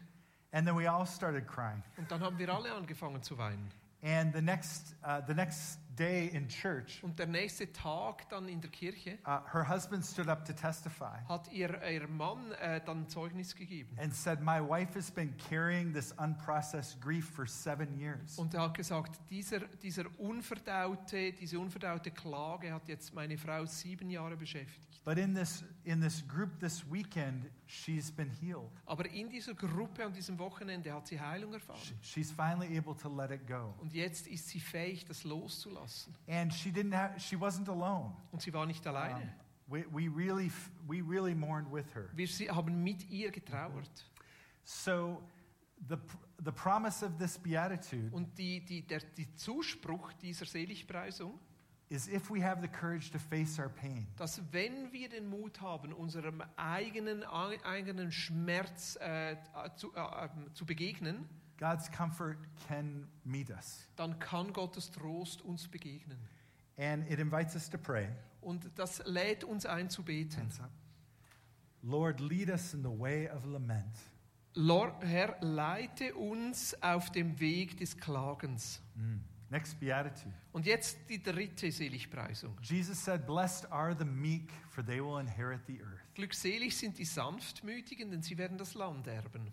[SPEAKER 1] And then we all started crying.
[SPEAKER 2] Und dann haben wir alle angefangen zu weinen.
[SPEAKER 1] And the next, uh, the next day in church,
[SPEAKER 2] Und der nächste Tag dann in der Kirche
[SPEAKER 1] uh, her husband stood up to testify
[SPEAKER 2] hat ihr, ihr Mann äh, dann Zeugnis gegeben.
[SPEAKER 1] and said, My wife has been carrying this unprocessed grief for seven years.
[SPEAKER 2] Und er hat gesagt, dieser, dieser unverdaute, diese unverdaute Klage hat jetzt meine Frau sieben Jahre beschäftigt.
[SPEAKER 1] But in this, in this group this weekend, she's been healed.
[SPEAKER 2] Aber in dieser Gruppe an diesem Wochenende hat sie Heilung
[SPEAKER 1] Sh-
[SPEAKER 2] erfahren.
[SPEAKER 1] She's finally able to let it go.
[SPEAKER 2] Und jetzt ist sie fähig, das loszulassen.
[SPEAKER 1] And she didn't have, she wasn't alone.
[SPEAKER 2] Und sie war nicht alleine.
[SPEAKER 1] Um, we, we, really, f- we really mourned with her.
[SPEAKER 2] Wir sie- haben mit ihr getrauert.
[SPEAKER 1] So the, pr- the promise of this beatitude
[SPEAKER 2] Und die, die, der die Zuspruch dieser Seligpreisung,
[SPEAKER 1] is if we have the courage to face our pain,
[SPEAKER 2] dass wenn wir den Mut haben, unserem eigenen, ei- eigenen Schmerz äh, zu, äh, ähm, zu begegnen,
[SPEAKER 1] God's comfort can meet us.
[SPEAKER 2] dann kann Gottes Trost uns begegnen.
[SPEAKER 1] And it invites us to pray.
[SPEAKER 2] Und das lädt uns ein zu beten.
[SPEAKER 1] Hands up. Lord, lead us in the way of lament
[SPEAKER 2] Lord, Herr, leite uns auf dem Weg des Klagens.
[SPEAKER 1] Next beatitude.
[SPEAKER 2] Und jetzt die dritte Seligpreisung.
[SPEAKER 1] Jesus said, Blessed are the meek, for they will inherit the earth.
[SPEAKER 2] Glückselig sind die Sanftmütigen, denn sie werden das Land erben.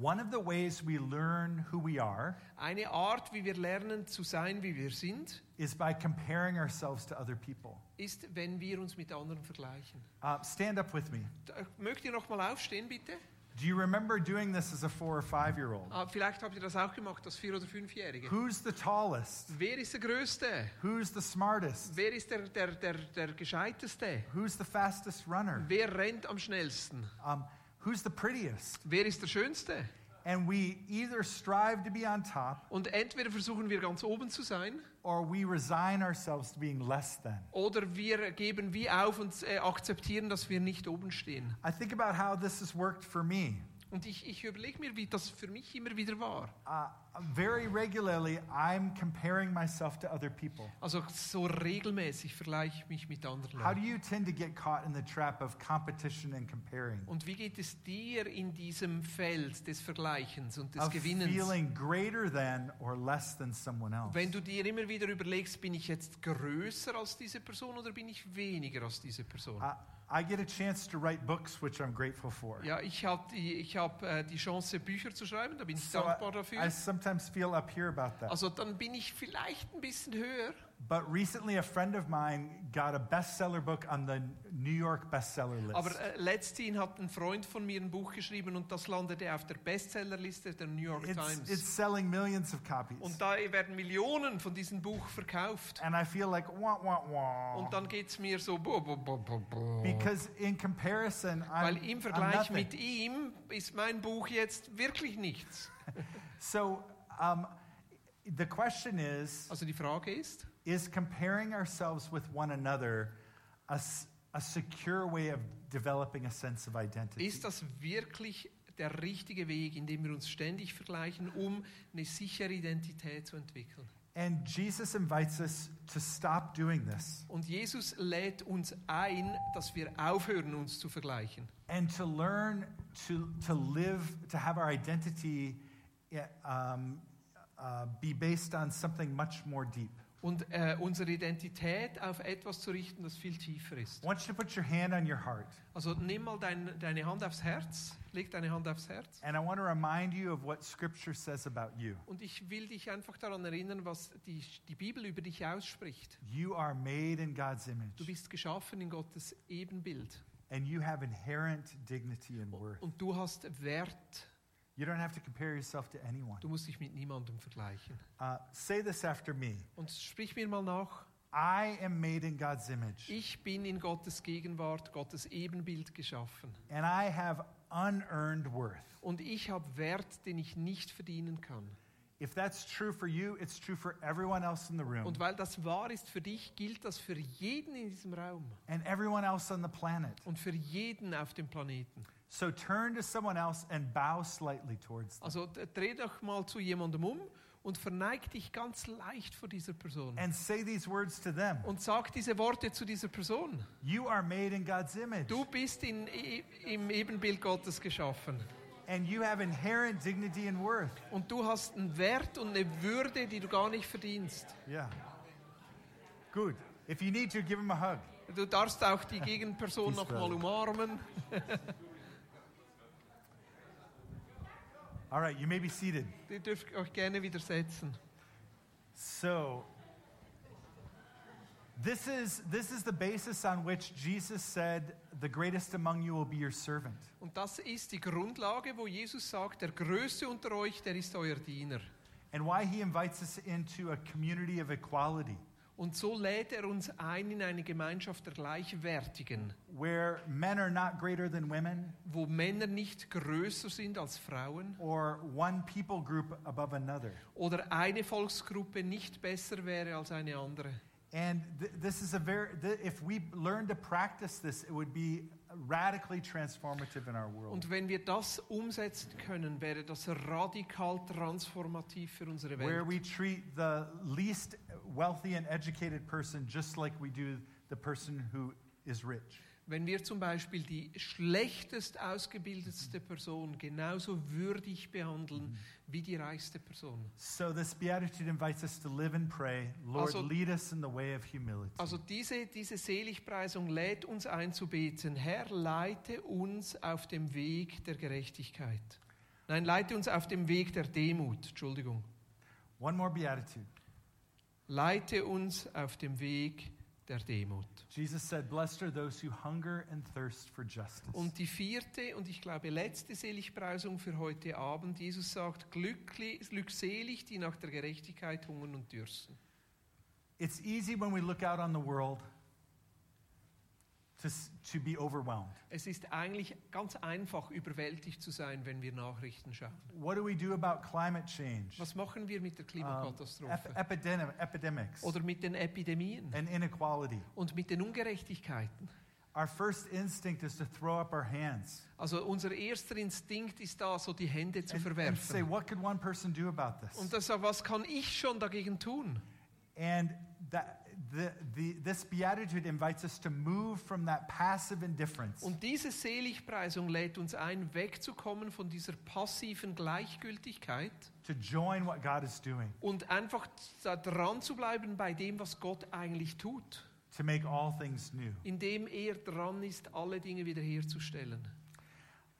[SPEAKER 1] One of the ways we learn who we are
[SPEAKER 2] Eine Art, wie wir lernen zu sein, wie wir sind,
[SPEAKER 1] is by comparing ourselves to other people.
[SPEAKER 2] ist, wenn wir uns mit anderen vergleichen.
[SPEAKER 1] Uh, stand up with me.
[SPEAKER 2] Da, mögt ihr noch mal aufstehen, bitte?
[SPEAKER 1] Do you remember doing this as a four or five year old?
[SPEAKER 2] Ah, vielleicht habt ihr das auch gemacht, das Vier- oder Fünfjährige.
[SPEAKER 1] Who's the tallest?
[SPEAKER 2] Wer ist der Größte?
[SPEAKER 1] Who's the smartest?
[SPEAKER 2] Wer ist der, der, der, der Gescheiteste?
[SPEAKER 1] Who's the fastest runner?
[SPEAKER 2] Wer rennt am schnellsten?
[SPEAKER 1] Um, who's the prettiest?
[SPEAKER 2] Wer ist der Schönste?
[SPEAKER 1] And we either strive to be on top
[SPEAKER 2] Und entweder versuchen wir ganz oben zu sein,
[SPEAKER 1] or we resign ourselves to being less than.
[SPEAKER 2] oder wir geben wie auf und äh, akzeptieren, dass wir nicht oben stehen.
[SPEAKER 1] I think about how this has worked for me.
[SPEAKER 2] Und ich, ich überlege mir, wie das für mich immer wieder war.
[SPEAKER 1] Uh, very regularly, I'm comparing myself to other people.
[SPEAKER 2] Also so regelmäßig vergleiche ich mich mit anderen
[SPEAKER 1] How
[SPEAKER 2] Leuten.
[SPEAKER 1] do you tend to get caught in the trap of competition and comparing?
[SPEAKER 2] Und wie geht es dir in diesem Feld des Vergleichens und des
[SPEAKER 1] Of
[SPEAKER 2] Gewinnens?
[SPEAKER 1] feeling greater than or less than someone else.
[SPEAKER 2] Wenn du dir immer wieder überlegst, bin ich jetzt größer als diese Person oder bin ich weniger als diese Person?
[SPEAKER 1] I, I get a chance to write books, which I'm grateful for.
[SPEAKER 2] Ja, ich habe die, ich hab, äh, die Chance, Bücher zu schreiben, da bin ich
[SPEAKER 1] So
[SPEAKER 2] dankbar
[SPEAKER 1] I, I
[SPEAKER 2] dafür.
[SPEAKER 1] sometimes feel up here about that.
[SPEAKER 2] Also dann bin ich vielleicht ein bisschen höher.
[SPEAKER 1] But recently, a friend of mine got a bestseller book on the New York bestseller
[SPEAKER 2] Aber
[SPEAKER 1] list.
[SPEAKER 2] äh, letzthin hat ein Freund von mir ein Buch geschrieben und das landete auf der Bestsellerliste der New York
[SPEAKER 1] It's, it's
[SPEAKER 2] Times.
[SPEAKER 1] selling millions of copies.
[SPEAKER 2] Und da werden Millionen von diesem Buch verkauft.
[SPEAKER 1] And I feel like, wah, wah,
[SPEAKER 2] Und
[SPEAKER 1] wah.
[SPEAKER 2] dann geht es mir so. Bo, bo, bo, bo, bo.
[SPEAKER 1] Because in comparison, I'm,
[SPEAKER 2] Weil im
[SPEAKER 1] I'm
[SPEAKER 2] Vergleich
[SPEAKER 1] nothing.
[SPEAKER 2] mit ihm ist mein Buch jetzt wirklich nichts.
[SPEAKER 1] So um, the question is
[SPEAKER 2] Also die Frage ist,
[SPEAKER 1] Is comparing ourselves with one another a, s- a secure way of developing a sense of identity?
[SPEAKER 2] ist das wirklich der richtige Weg, indem wir uns ständig vergleichen, um eine sichere Identität zu entwickeln?
[SPEAKER 1] And Jesus invites us to stop doing this
[SPEAKER 2] Und Jesus lädt uns ein, dass wir aufhören, uns zu vergleichen.
[SPEAKER 1] and to learn to, to live, to have our identity yeah, um, uh, be based on something much more deep.
[SPEAKER 2] Und äh, unsere Identität auf etwas zu richten, das viel tiefer ist.
[SPEAKER 1] I want you to put your hand on your heart.
[SPEAKER 2] Also nimm mal dein, deine Hand aufs Herz, leg deine Hand aufs Herz.
[SPEAKER 1] And I want to remind you of what Scripture says about you.
[SPEAKER 2] Und ich will dich einfach daran erinnern, was die, die Bibel über dich ausspricht.
[SPEAKER 1] You are made in God's
[SPEAKER 2] Du
[SPEAKER 1] image,
[SPEAKER 2] bist geschaffen in Gottes Ebenbild.
[SPEAKER 1] and you have inherent dignity and worth.
[SPEAKER 2] Und du hast Wert.
[SPEAKER 1] You don't have to compare yourself to anyone.
[SPEAKER 2] Du musst dich mit niemandem vergleichen.
[SPEAKER 1] Uh, say this after me
[SPEAKER 2] Und sprich mir mal nach.
[SPEAKER 1] I am made in God's image,
[SPEAKER 2] Ich bin in Gottes Gegenwart, Gottes Ebenbild geschaffen.
[SPEAKER 1] and I have unearned worth.
[SPEAKER 2] Und ich habe Wert, den ich nicht verdienen kann.
[SPEAKER 1] If that's true for you, it's true for everyone else in the room
[SPEAKER 2] Und weil das wahr ist für dich, gilt das für jeden in diesem Raum
[SPEAKER 1] and everyone else on the planet.
[SPEAKER 2] und für jeden auf dem Planeten.
[SPEAKER 1] So turn to someone else and bow slightly towards them
[SPEAKER 2] Also d- dreh doch mal zu jemandem um und verneig dich ganz leicht vor dieser Person.
[SPEAKER 1] and say these words to them
[SPEAKER 2] Und sag diese Worte zu dieser Person.
[SPEAKER 1] You are made in God's image,
[SPEAKER 2] Du bist in, i- im Ebenbild Gottes geschaffen.
[SPEAKER 1] and you have inherent dignity and worth.
[SPEAKER 2] Und du hast einen Wert und eine Würde, die du gar nicht verdienst.
[SPEAKER 1] Yeah. Good. If you need to, give him a hug.
[SPEAKER 2] Du darfst auch die Gegenperson
[SPEAKER 1] Dies
[SPEAKER 2] nochmal
[SPEAKER 1] Welt.
[SPEAKER 2] umarmen.
[SPEAKER 1] All right, you may be seated.
[SPEAKER 2] Ihr dürft euch gerne wieder setzen.
[SPEAKER 1] So this is this is the basis on which Jesus said, "The greatest among you will be your servant."
[SPEAKER 2] Und das ist die Grundlage, wo Jesus sagt, der Größte unter euch, der ist euer Diener.
[SPEAKER 1] And why he invites us into a community of equality
[SPEAKER 2] Und so lädt er uns ein in eine Gemeinschaft der Gleichwertigen,
[SPEAKER 1] where men are not greater than women
[SPEAKER 2] wo Männer nicht größer sind als Frauen
[SPEAKER 1] or one people group above another.
[SPEAKER 2] oder eine Volksgruppe nicht besser wäre als eine andere.
[SPEAKER 1] And th- this is a very th- if we learn to practice this, it would be radically transformative in our world.
[SPEAKER 2] Und wenn wir das umsetzen können, wäre das radikal transformativ für unsere
[SPEAKER 1] where
[SPEAKER 2] Welt.
[SPEAKER 1] we treat the least wealthy and educated person just like we do the person who is rich.
[SPEAKER 2] Wenn wir zum Beispiel die schlechtest ausgebildetste Person genauso würdig
[SPEAKER 1] Mhm.
[SPEAKER 2] behandeln wie die reichste Person.
[SPEAKER 1] So this beatitude invites us to live and pray, Lord,
[SPEAKER 2] Also-
[SPEAKER 1] lead us in the way of humility.
[SPEAKER 2] Also diese, diese Seligpreisung lädt uns ein zu beten. Herr, leite uns auf dem Weg der Gerechtigkeit. Nein, leite uns auf dem Weg der Demut. Entschuldigung.
[SPEAKER 1] One more beatitude.
[SPEAKER 2] Leite uns auf dem Weg der Demut.
[SPEAKER 1] Jesus said, "Blessed are those who hunger and thirst for justice."
[SPEAKER 2] Und die vierte und ich glaube letzte Seligpreisung für heute Abend. Jesus sagt, glücklich, glückselig, die nach der Gerechtigkeit hungern und dürsten.
[SPEAKER 1] It's easy when we look out on the world to, s- to be overwhelmed.
[SPEAKER 2] Es ist eigentlich ganz einfach, überwältigt zu sein, wenn wir Nachrichten schauen.
[SPEAKER 1] What do we do about climate change?
[SPEAKER 2] Was machen wir mit der
[SPEAKER 1] Um,
[SPEAKER 2] Klimakatastrophe?
[SPEAKER 1] ep- epidem- epidemics
[SPEAKER 2] Oder mit den Epidemien
[SPEAKER 1] and inequality.
[SPEAKER 2] und mit den Ungerechtigkeiten.
[SPEAKER 1] Our first instinct is to throw up our hands
[SPEAKER 2] Also unser erster Instinkt ist da, so die Hände zu
[SPEAKER 1] and, and say,
[SPEAKER 2] verwerfen.
[SPEAKER 1] what could one person do about
[SPEAKER 2] Und
[SPEAKER 1] this?
[SPEAKER 2] das, was kann ich schon dagegen tun?
[SPEAKER 1] And that, the, the, this beatitude invites us to move from that passive indifference
[SPEAKER 2] Und diese Seligpreisung lädt uns ein, wegzukommen von dieser passiven Gleichgültigkeit
[SPEAKER 1] to join what God is doing,
[SPEAKER 2] und einfach da dran zu bleiben bei dem, was Gott eigentlich tut,
[SPEAKER 1] to make all things new.
[SPEAKER 2] indem er dran ist, alle Dinge wiederherzustellen.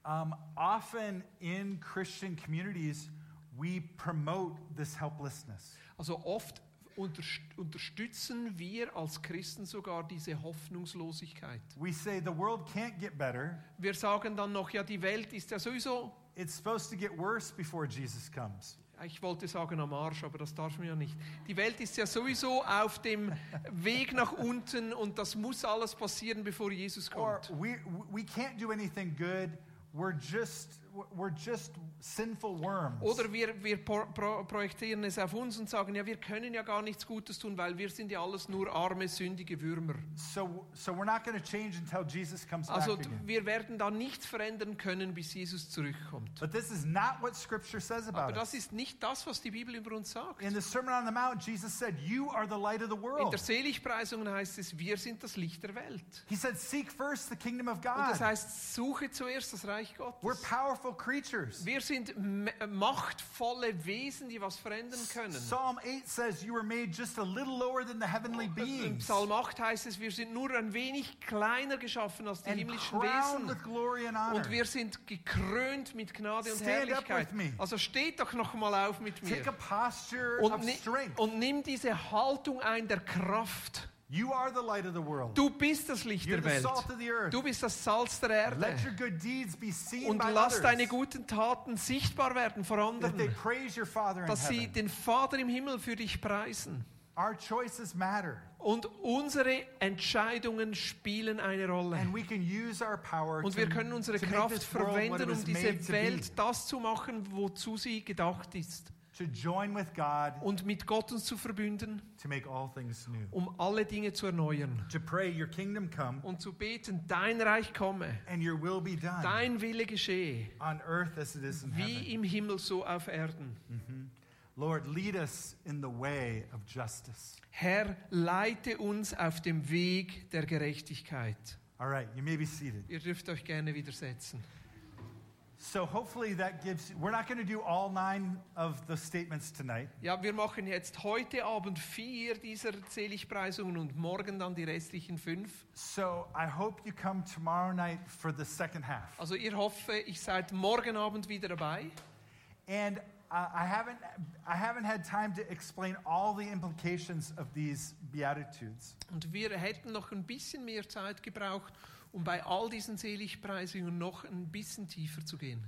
[SPEAKER 1] Um, often in Christian communities, we promote this helplessness.
[SPEAKER 2] Also oft unterst unterstützen wir als Christen sogar diese Hoffnungslosigkeit.
[SPEAKER 1] We say the world can't get better.
[SPEAKER 2] Wir sagen dann noch, ja, die Welt ist ja sowieso,
[SPEAKER 1] It's supposed to get worse before Jesus comes.
[SPEAKER 2] ich wollte sagen am Arsch, aber das darf man ja nicht. Die Welt ist ja sowieso auf dem Weg nach unten und das muss alles passieren, bevor Jesus
[SPEAKER 1] Or
[SPEAKER 2] kommt.
[SPEAKER 1] we, we can't do anything good. We're just, we're just sinful worms.
[SPEAKER 2] Oder wir, wir pro, pro, projizieren es auf uns und sagen, ja, wir können ja gar nichts Gutes tun, weil wir sind ja alles nur arme, sündige Würmer.
[SPEAKER 1] So, so we're not going to change until Jesus comes
[SPEAKER 2] Also
[SPEAKER 1] back
[SPEAKER 2] d-
[SPEAKER 1] again.
[SPEAKER 2] wir werden da nichts verändern können, bis Jesus zurückkommt.
[SPEAKER 1] But this is not what Scripture says
[SPEAKER 2] Aber
[SPEAKER 1] about
[SPEAKER 2] das
[SPEAKER 1] us.
[SPEAKER 2] ist nicht das, was die Bibel über uns sagt.
[SPEAKER 1] In the Sermon on the Mount, Jesus said, You are the light of the
[SPEAKER 2] In
[SPEAKER 1] world.
[SPEAKER 2] der Seligpreisung heißt es, wir sind das Licht der Welt.
[SPEAKER 1] He said, Seek first the kingdom of
[SPEAKER 2] Und das
[SPEAKER 1] God.
[SPEAKER 2] heißt, suche zuerst das Reich
[SPEAKER 1] Ah. We're
[SPEAKER 2] Gottes.
[SPEAKER 1] powerful creatures.
[SPEAKER 2] Wir sind m- machtvolle Wesen, die was verändern können.
[SPEAKER 1] Psalm 8 says, You were made just a little lower than the heavenly
[SPEAKER 2] In
[SPEAKER 1] beings
[SPEAKER 2] Psalm 8 heißt es, wir sind nur ein wenig kleiner geschaffen als die
[SPEAKER 1] and
[SPEAKER 2] himmlischen
[SPEAKER 1] crowned
[SPEAKER 2] Wesen.
[SPEAKER 1] with glory and honor.
[SPEAKER 2] Und wir sind gekrönt mit Gnade und
[SPEAKER 1] Stand up
[SPEAKER 2] Herrlichkeit.
[SPEAKER 1] with me.
[SPEAKER 2] Also steht doch noch mal auf mit
[SPEAKER 1] Take
[SPEAKER 2] mir.
[SPEAKER 1] a posture
[SPEAKER 2] Und,
[SPEAKER 1] of
[SPEAKER 2] ni
[SPEAKER 1] strength.
[SPEAKER 2] und nimm diese Haltung ein der Kraft.
[SPEAKER 1] You are the light of the world.
[SPEAKER 2] Du bist das Licht
[SPEAKER 1] You're
[SPEAKER 2] der
[SPEAKER 1] the
[SPEAKER 2] Welt.
[SPEAKER 1] salt of the earth.
[SPEAKER 2] Du bist das Salz der
[SPEAKER 1] Let your
[SPEAKER 2] Erde.
[SPEAKER 1] good deeds be seen
[SPEAKER 2] Und
[SPEAKER 1] by
[SPEAKER 2] lass
[SPEAKER 1] others,
[SPEAKER 2] deine guten Taten sichtbar werden vor
[SPEAKER 1] that they
[SPEAKER 2] anderen,
[SPEAKER 1] praise your Father in
[SPEAKER 2] dass sie
[SPEAKER 1] heaven.
[SPEAKER 2] den Vater im Himmel für dich preisen.
[SPEAKER 1] Our choices matter,
[SPEAKER 2] Und unsere Entscheidungen spielen eine Rolle.
[SPEAKER 1] and we can use our power
[SPEAKER 2] Und
[SPEAKER 1] to,
[SPEAKER 2] wir können unsere
[SPEAKER 1] to make
[SPEAKER 2] Kraft
[SPEAKER 1] this world what it
[SPEAKER 2] verwenden,
[SPEAKER 1] was
[SPEAKER 2] um
[SPEAKER 1] made
[SPEAKER 2] diese
[SPEAKER 1] to
[SPEAKER 2] Welt das zu machen, wozu sie gedacht ist.
[SPEAKER 1] be, to join with God
[SPEAKER 2] Und mit Gott uns zu verbünden,
[SPEAKER 1] to make all things new,
[SPEAKER 2] um alle Dinge zu erneuern.
[SPEAKER 1] to pray, Your kingdom come
[SPEAKER 2] Und zu beten, dein Reich komme,
[SPEAKER 1] and Your will be done
[SPEAKER 2] dein Wille geschehe,
[SPEAKER 1] on earth as it is in heaven.
[SPEAKER 2] wie im Himmel so auf Erden.
[SPEAKER 1] Lord, lead us in the way of justice.
[SPEAKER 2] Herr, leite uns auf dem Weg der Gerechtigkeit.
[SPEAKER 1] All right, you may be seated.
[SPEAKER 2] Ihr dürft euch gerne widersetzen.
[SPEAKER 1] So hopefully that gives. We're not going to do all nine of the statements tonight.
[SPEAKER 2] Ja, wir machen jetzt heute Abend vier dieser Seligpreisungen und morgen dann die restlichen fünf.
[SPEAKER 1] So I hope you come tomorrow night for the second half.
[SPEAKER 2] Also ihr hoffe, ich seid morgen Abend wieder dabei.
[SPEAKER 1] And uh, I haven't, I haven't had time to explain all the implications of these beatitudes.
[SPEAKER 2] Und wir hätten noch ein bisschen mehr Zeit gebraucht, um bei all diesen Seligpreisungen noch ein bisschen tiefer zu gehen.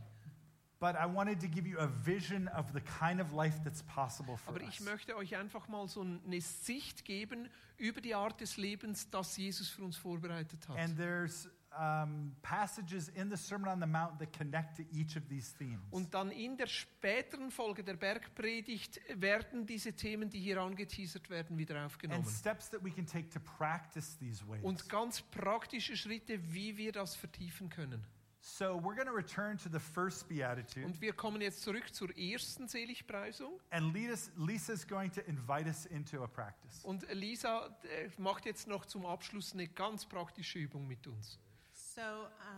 [SPEAKER 1] But I wanted to give you a vision of the kind of life that's possible for
[SPEAKER 2] Aber
[SPEAKER 1] us.
[SPEAKER 2] ich möchte euch einfach mal so eine Sicht geben über die Art des Lebens, das Jesus für uns vorbereitet hat.
[SPEAKER 1] And there's um, passages in the Sermon on the Mount that connect to each of these themes.
[SPEAKER 2] Und dann in der späteren Folge der Bergpredigt werden diese Themen, die hier angeteasert werden, wieder
[SPEAKER 1] and
[SPEAKER 2] aufgenommen.
[SPEAKER 1] steps that we can take to practice these ways.
[SPEAKER 2] Und ganz praktische Schritte, wie wir das vertiefen können.
[SPEAKER 1] So we're going to return to the first beatitude,
[SPEAKER 2] Und wir kommen jetzt zurück zur ersten Seligpreisung.
[SPEAKER 1] and Lisa's, Lisa's going to invite us into a practice.
[SPEAKER 2] Und Lisa äh, macht jetzt noch zum Abschluss eine ganz praktische Übung mit uns.
[SPEAKER 3] So,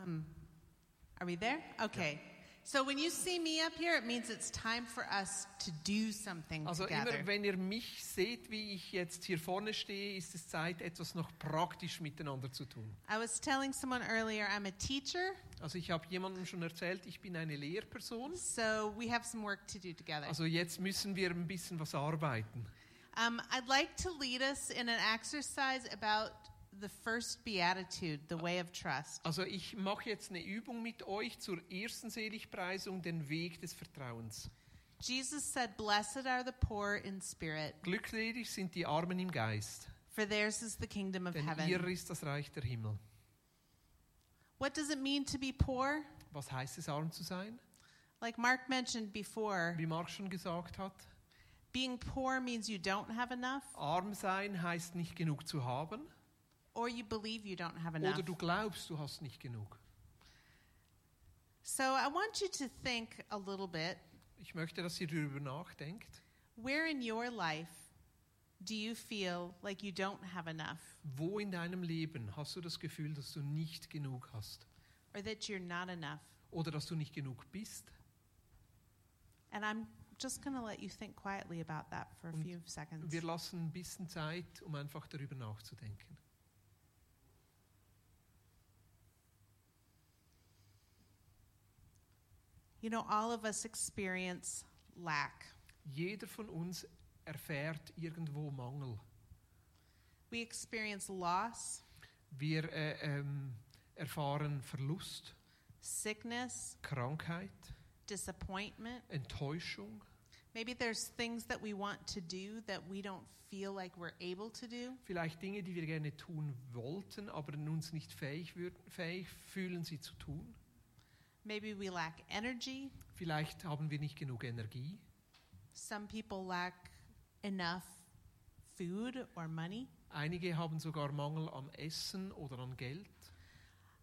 [SPEAKER 3] um, are we there? Okay. So when you see me up here, it means it's time for us to do something
[SPEAKER 2] Also
[SPEAKER 3] together.
[SPEAKER 2] immer, wenn ihr mich seht, wie ich jetzt hier vorne stehe, ist es Zeit, etwas noch praktisch miteinander zu tun.
[SPEAKER 3] I was telling someone earlier, I'm a teacher,
[SPEAKER 2] Also ich habe jemandem schon erzählt, ich bin eine Lehrperson.
[SPEAKER 3] so we have some work to do together.
[SPEAKER 2] Also jetzt müssen wir ein bisschen was arbeiten.
[SPEAKER 3] Um, I'd like to lead us in an exercise about the first beatitude, the way of trust.
[SPEAKER 2] Also ich mache jetzt eine Übung mit euch zur ersten Seligpreisung, den Weg des Vertrauens.
[SPEAKER 3] Jesus said, Blessed are the poor in spirit,
[SPEAKER 2] Glückselig sind die Armen im Geist,
[SPEAKER 3] for theirs is the kingdom of
[SPEAKER 2] denn ihr
[SPEAKER 3] heaven.
[SPEAKER 2] ist das Reich der Himmel.
[SPEAKER 3] What does it mean to be poor?
[SPEAKER 2] Was heißt es, arm zu sein?
[SPEAKER 3] Like Mark mentioned before,
[SPEAKER 2] Wie Marc schon gesagt hat,
[SPEAKER 3] being poor means you don't have enough,
[SPEAKER 2] Arm sein heißt nicht genug zu haben
[SPEAKER 3] or you believe you don't have enough.
[SPEAKER 2] oder du glaubst, du hast nicht genug.
[SPEAKER 3] So I want you to think a little bit
[SPEAKER 2] Ich möchte, dass ihr darüber nachdenkt.
[SPEAKER 3] where in your life do you feel like you don't have enough,
[SPEAKER 2] Wo in deinem Leben hast du das Gefühl, dass du nicht genug hast
[SPEAKER 3] or that you're not enough?
[SPEAKER 2] oder dass du nicht genug bist?
[SPEAKER 3] And I'm just going to let you think quietly about that for a
[SPEAKER 2] Und
[SPEAKER 3] few seconds.
[SPEAKER 2] Wir lassen ein bisschen Zeit, um einfach darüber nachzudenken.
[SPEAKER 3] You know, all of us experience lack.
[SPEAKER 2] Jeder von uns erfährt irgendwo Mangel.
[SPEAKER 3] We experience loss,
[SPEAKER 2] Wir äh, ähm, erfahren Verlust,
[SPEAKER 3] sickness,
[SPEAKER 2] Krankheit,
[SPEAKER 3] disappointment.
[SPEAKER 2] Enttäuschung.
[SPEAKER 3] Maybe there's things that we want to do that we don't feel like we're able to do.
[SPEAKER 2] Vielleicht Dinge, die wir gerne tun wollten, aber uns nicht fähig, würden, fähig fühlen, sie zu tun.
[SPEAKER 3] Maybe we lack energy.
[SPEAKER 2] Vielleicht haben wir nicht genug Energie.
[SPEAKER 3] Some people lack enough food or money.
[SPEAKER 2] Einige haben sogar Mangel am Essen oder an Geld.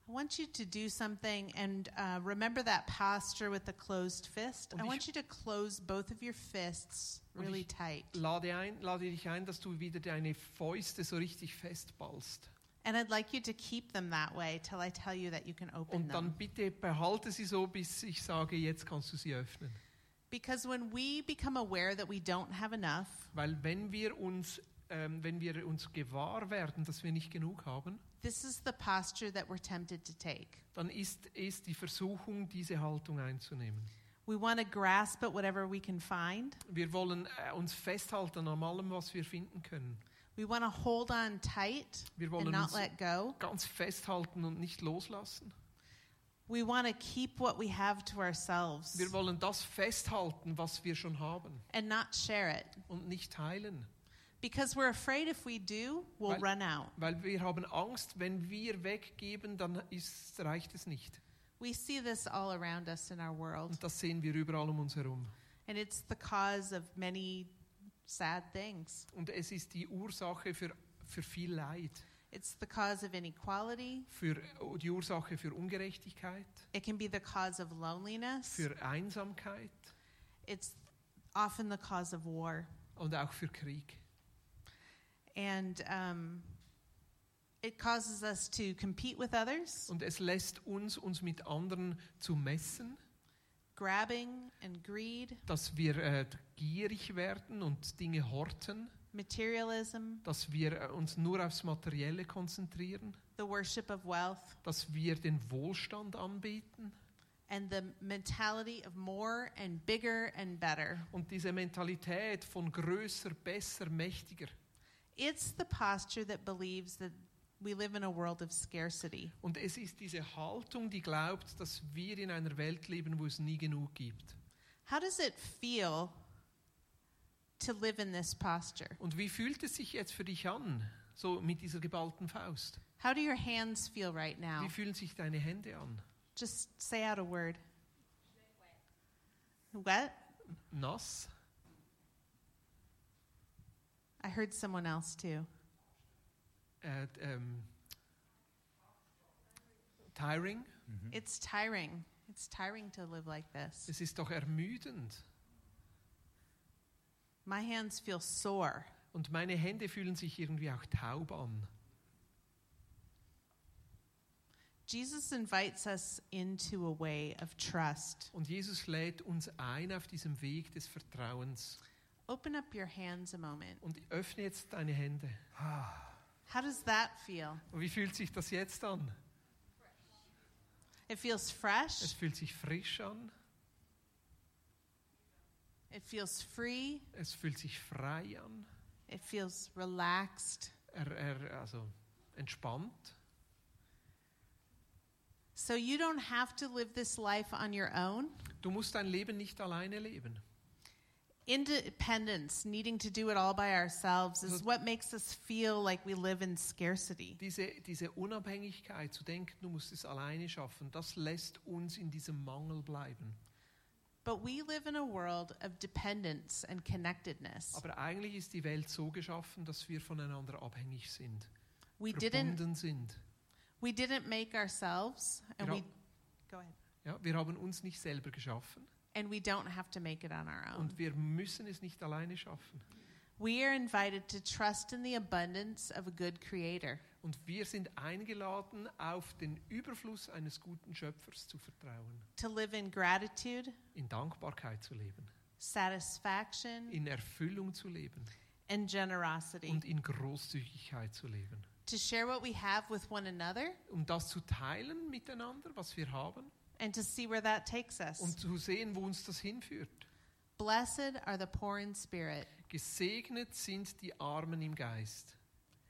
[SPEAKER 3] I want you to do something and uh, remember that posture with the closed fist.
[SPEAKER 2] Und
[SPEAKER 3] I
[SPEAKER 2] ich-
[SPEAKER 3] want you to close both of your fists
[SPEAKER 2] Und
[SPEAKER 3] really
[SPEAKER 2] ich-
[SPEAKER 3] tight.
[SPEAKER 2] Lade, ein, lade dich ein, dass du wieder deine Fäuste so richtig festballst.
[SPEAKER 3] And I'd like you to keep them that way till I tell you that you can open
[SPEAKER 2] Und dann
[SPEAKER 3] them.
[SPEAKER 2] bitte behalte sie so, bis ich sage, jetzt kannst du sie öffnen.
[SPEAKER 3] Because when we become aware that we don't have enough,
[SPEAKER 2] Weil wenn wir uns, ähm, wenn wir uns gewahr werden, dass wir nicht genug haben,
[SPEAKER 3] this is the posture that we're tempted to take.
[SPEAKER 2] dann ist es die Versuchung, diese Haltung einzunehmen.
[SPEAKER 3] We want to grasp at whatever we can find.
[SPEAKER 2] Wir wollen äh, uns festhalten an allem, was wir finden können.
[SPEAKER 3] We want to hold on tight
[SPEAKER 2] Wir
[SPEAKER 3] and
[SPEAKER 2] wollen
[SPEAKER 3] not
[SPEAKER 2] uns
[SPEAKER 3] let go.
[SPEAKER 2] ganz festhalten und nicht loslassen.
[SPEAKER 3] We want to keep what we have to ourselves
[SPEAKER 2] Wir wollen das festhalten, was wir schon haben
[SPEAKER 3] and not share it
[SPEAKER 2] und nicht teilen.
[SPEAKER 3] because we're afraid if we do, we'll
[SPEAKER 2] Weil-
[SPEAKER 3] run out.
[SPEAKER 2] Weil wir haben Angst, wenn wir weggeben, dann ist, reicht es nicht.
[SPEAKER 3] We see this all around us in our world,
[SPEAKER 2] Und das sehen wir überall um uns herum.
[SPEAKER 3] and it's the cause of many sad things.
[SPEAKER 2] Und es ist die Ursache für, für viel Leid,
[SPEAKER 3] It's the cause of inequality,
[SPEAKER 2] für, die Ursache für Ungerechtigkeit,
[SPEAKER 3] it can be the cause of loneliness,
[SPEAKER 2] für Einsamkeit
[SPEAKER 3] it's often the cause of war.
[SPEAKER 2] und auch für Krieg.
[SPEAKER 3] And um, it causes us to compete with others,
[SPEAKER 2] Und es lässt uns, uns mit anderen zu messen,
[SPEAKER 3] grabbing and greed,
[SPEAKER 2] dass wir äh, gierig werden und Dinge horten,
[SPEAKER 3] materialism,
[SPEAKER 2] dass wir äh, uns nur aufs Materielle konzentrieren,
[SPEAKER 3] the worship of wealth,
[SPEAKER 2] dass wir den Wohlstand anbieten
[SPEAKER 3] and the mentality of more and bigger and better.
[SPEAKER 2] und diese Mentalität von größer, besser, mächtiger.
[SPEAKER 3] It's the posture that believes that we live in a world of scarcity.
[SPEAKER 2] Und es ist diese Haltung, die glaubt, dass wir in einer Welt leben, wo es nie genug gibt.
[SPEAKER 3] How does it feel to live in this posture?
[SPEAKER 2] Und wie fühlt es sich jetzt für dich an, so mit dieser geballten Faust?
[SPEAKER 3] How do your hands feel right now?
[SPEAKER 2] Wie fühlen sich deine Hände an?
[SPEAKER 3] Just say out a word. What?
[SPEAKER 2] Nass?
[SPEAKER 3] I heard someone else too.
[SPEAKER 2] Äh, d- ähm, tiring?
[SPEAKER 3] It's tiring. It's tiring to live like this.
[SPEAKER 2] Es ist doch ermüdend.
[SPEAKER 3] My hands feel sore.
[SPEAKER 2] Und meine Hände fühlen sich irgendwie auch taub an.
[SPEAKER 3] Jesus invites us into a way of trust.
[SPEAKER 2] Und Jesus lädt uns ein auf diesem Weg des Vertrauens.
[SPEAKER 3] Open up your hands a moment.
[SPEAKER 2] Und öffne jetzt deine Hände.
[SPEAKER 3] How does that feel?
[SPEAKER 2] Und wie fühlt sich das jetzt an?
[SPEAKER 3] It feels
[SPEAKER 2] Es
[SPEAKER 3] fresh.
[SPEAKER 2] fühlt sich frisch an,
[SPEAKER 3] It feels free.
[SPEAKER 2] es fühlt sich frei an,
[SPEAKER 3] It feels relaxed.
[SPEAKER 2] er, er, also entspannt.
[SPEAKER 3] So you don't have to live this life on your own.
[SPEAKER 2] Du musst dein Leben nicht alleine leben.
[SPEAKER 3] Independence, needing to do it all by ourselves, is
[SPEAKER 2] So-
[SPEAKER 3] what makes us feel like we live in scarcity.
[SPEAKER 2] Diese, diese Unabhängigkeit, zu denken, du musst es alleine schaffen, das lässt uns in diesem Mangel bleiben.
[SPEAKER 3] But we live in a world of dependence and connectedness.
[SPEAKER 2] Aber eigentlich ist die Welt so geschaffen, dass wir voneinander abhängig sind,
[SPEAKER 3] We didn't
[SPEAKER 2] verbunden sind.
[SPEAKER 3] we didn't make ourselves and
[SPEAKER 2] Wir,
[SPEAKER 3] we
[SPEAKER 2] hab-
[SPEAKER 3] go ahead.
[SPEAKER 2] ja, wir haben uns nicht selber geschaffen
[SPEAKER 3] And we don't have to make it on our own.
[SPEAKER 2] und wir müssen es nicht alleine schaffen.
[SPEAKER 3] We are invited to trust in the abundance of a good creator.
[SPEAKER 2] Und wir sind eingeladen, auf den Überfluss eines guten Schöpfers zu vertrauen,
[SPEAKER 3] to live in gratitude,
[SPEAKER 2] in Dankbarkeit zu leben,
[SPEAKER 3] satisfaction,
[SPEAKER 2] in Erfüllung zu leben
[SPEAKER 3] and generosity,
[SPEAKER 2] und in Großzügigkeit zu leben.
[SPEAKER 3] to share what we have with one another,
[SPEAKER 2] Um das zu teilen miteinander, was wir haben,
[SPEAKER 3] and to see where that takes us.
[SPEAKER 2] und zu sehen, wo uns das hinführt.
[SPEAKER 3] Blessed are the poor in spirit,
[SPEAKER 2] Gesegnet sind die Armen im Geist,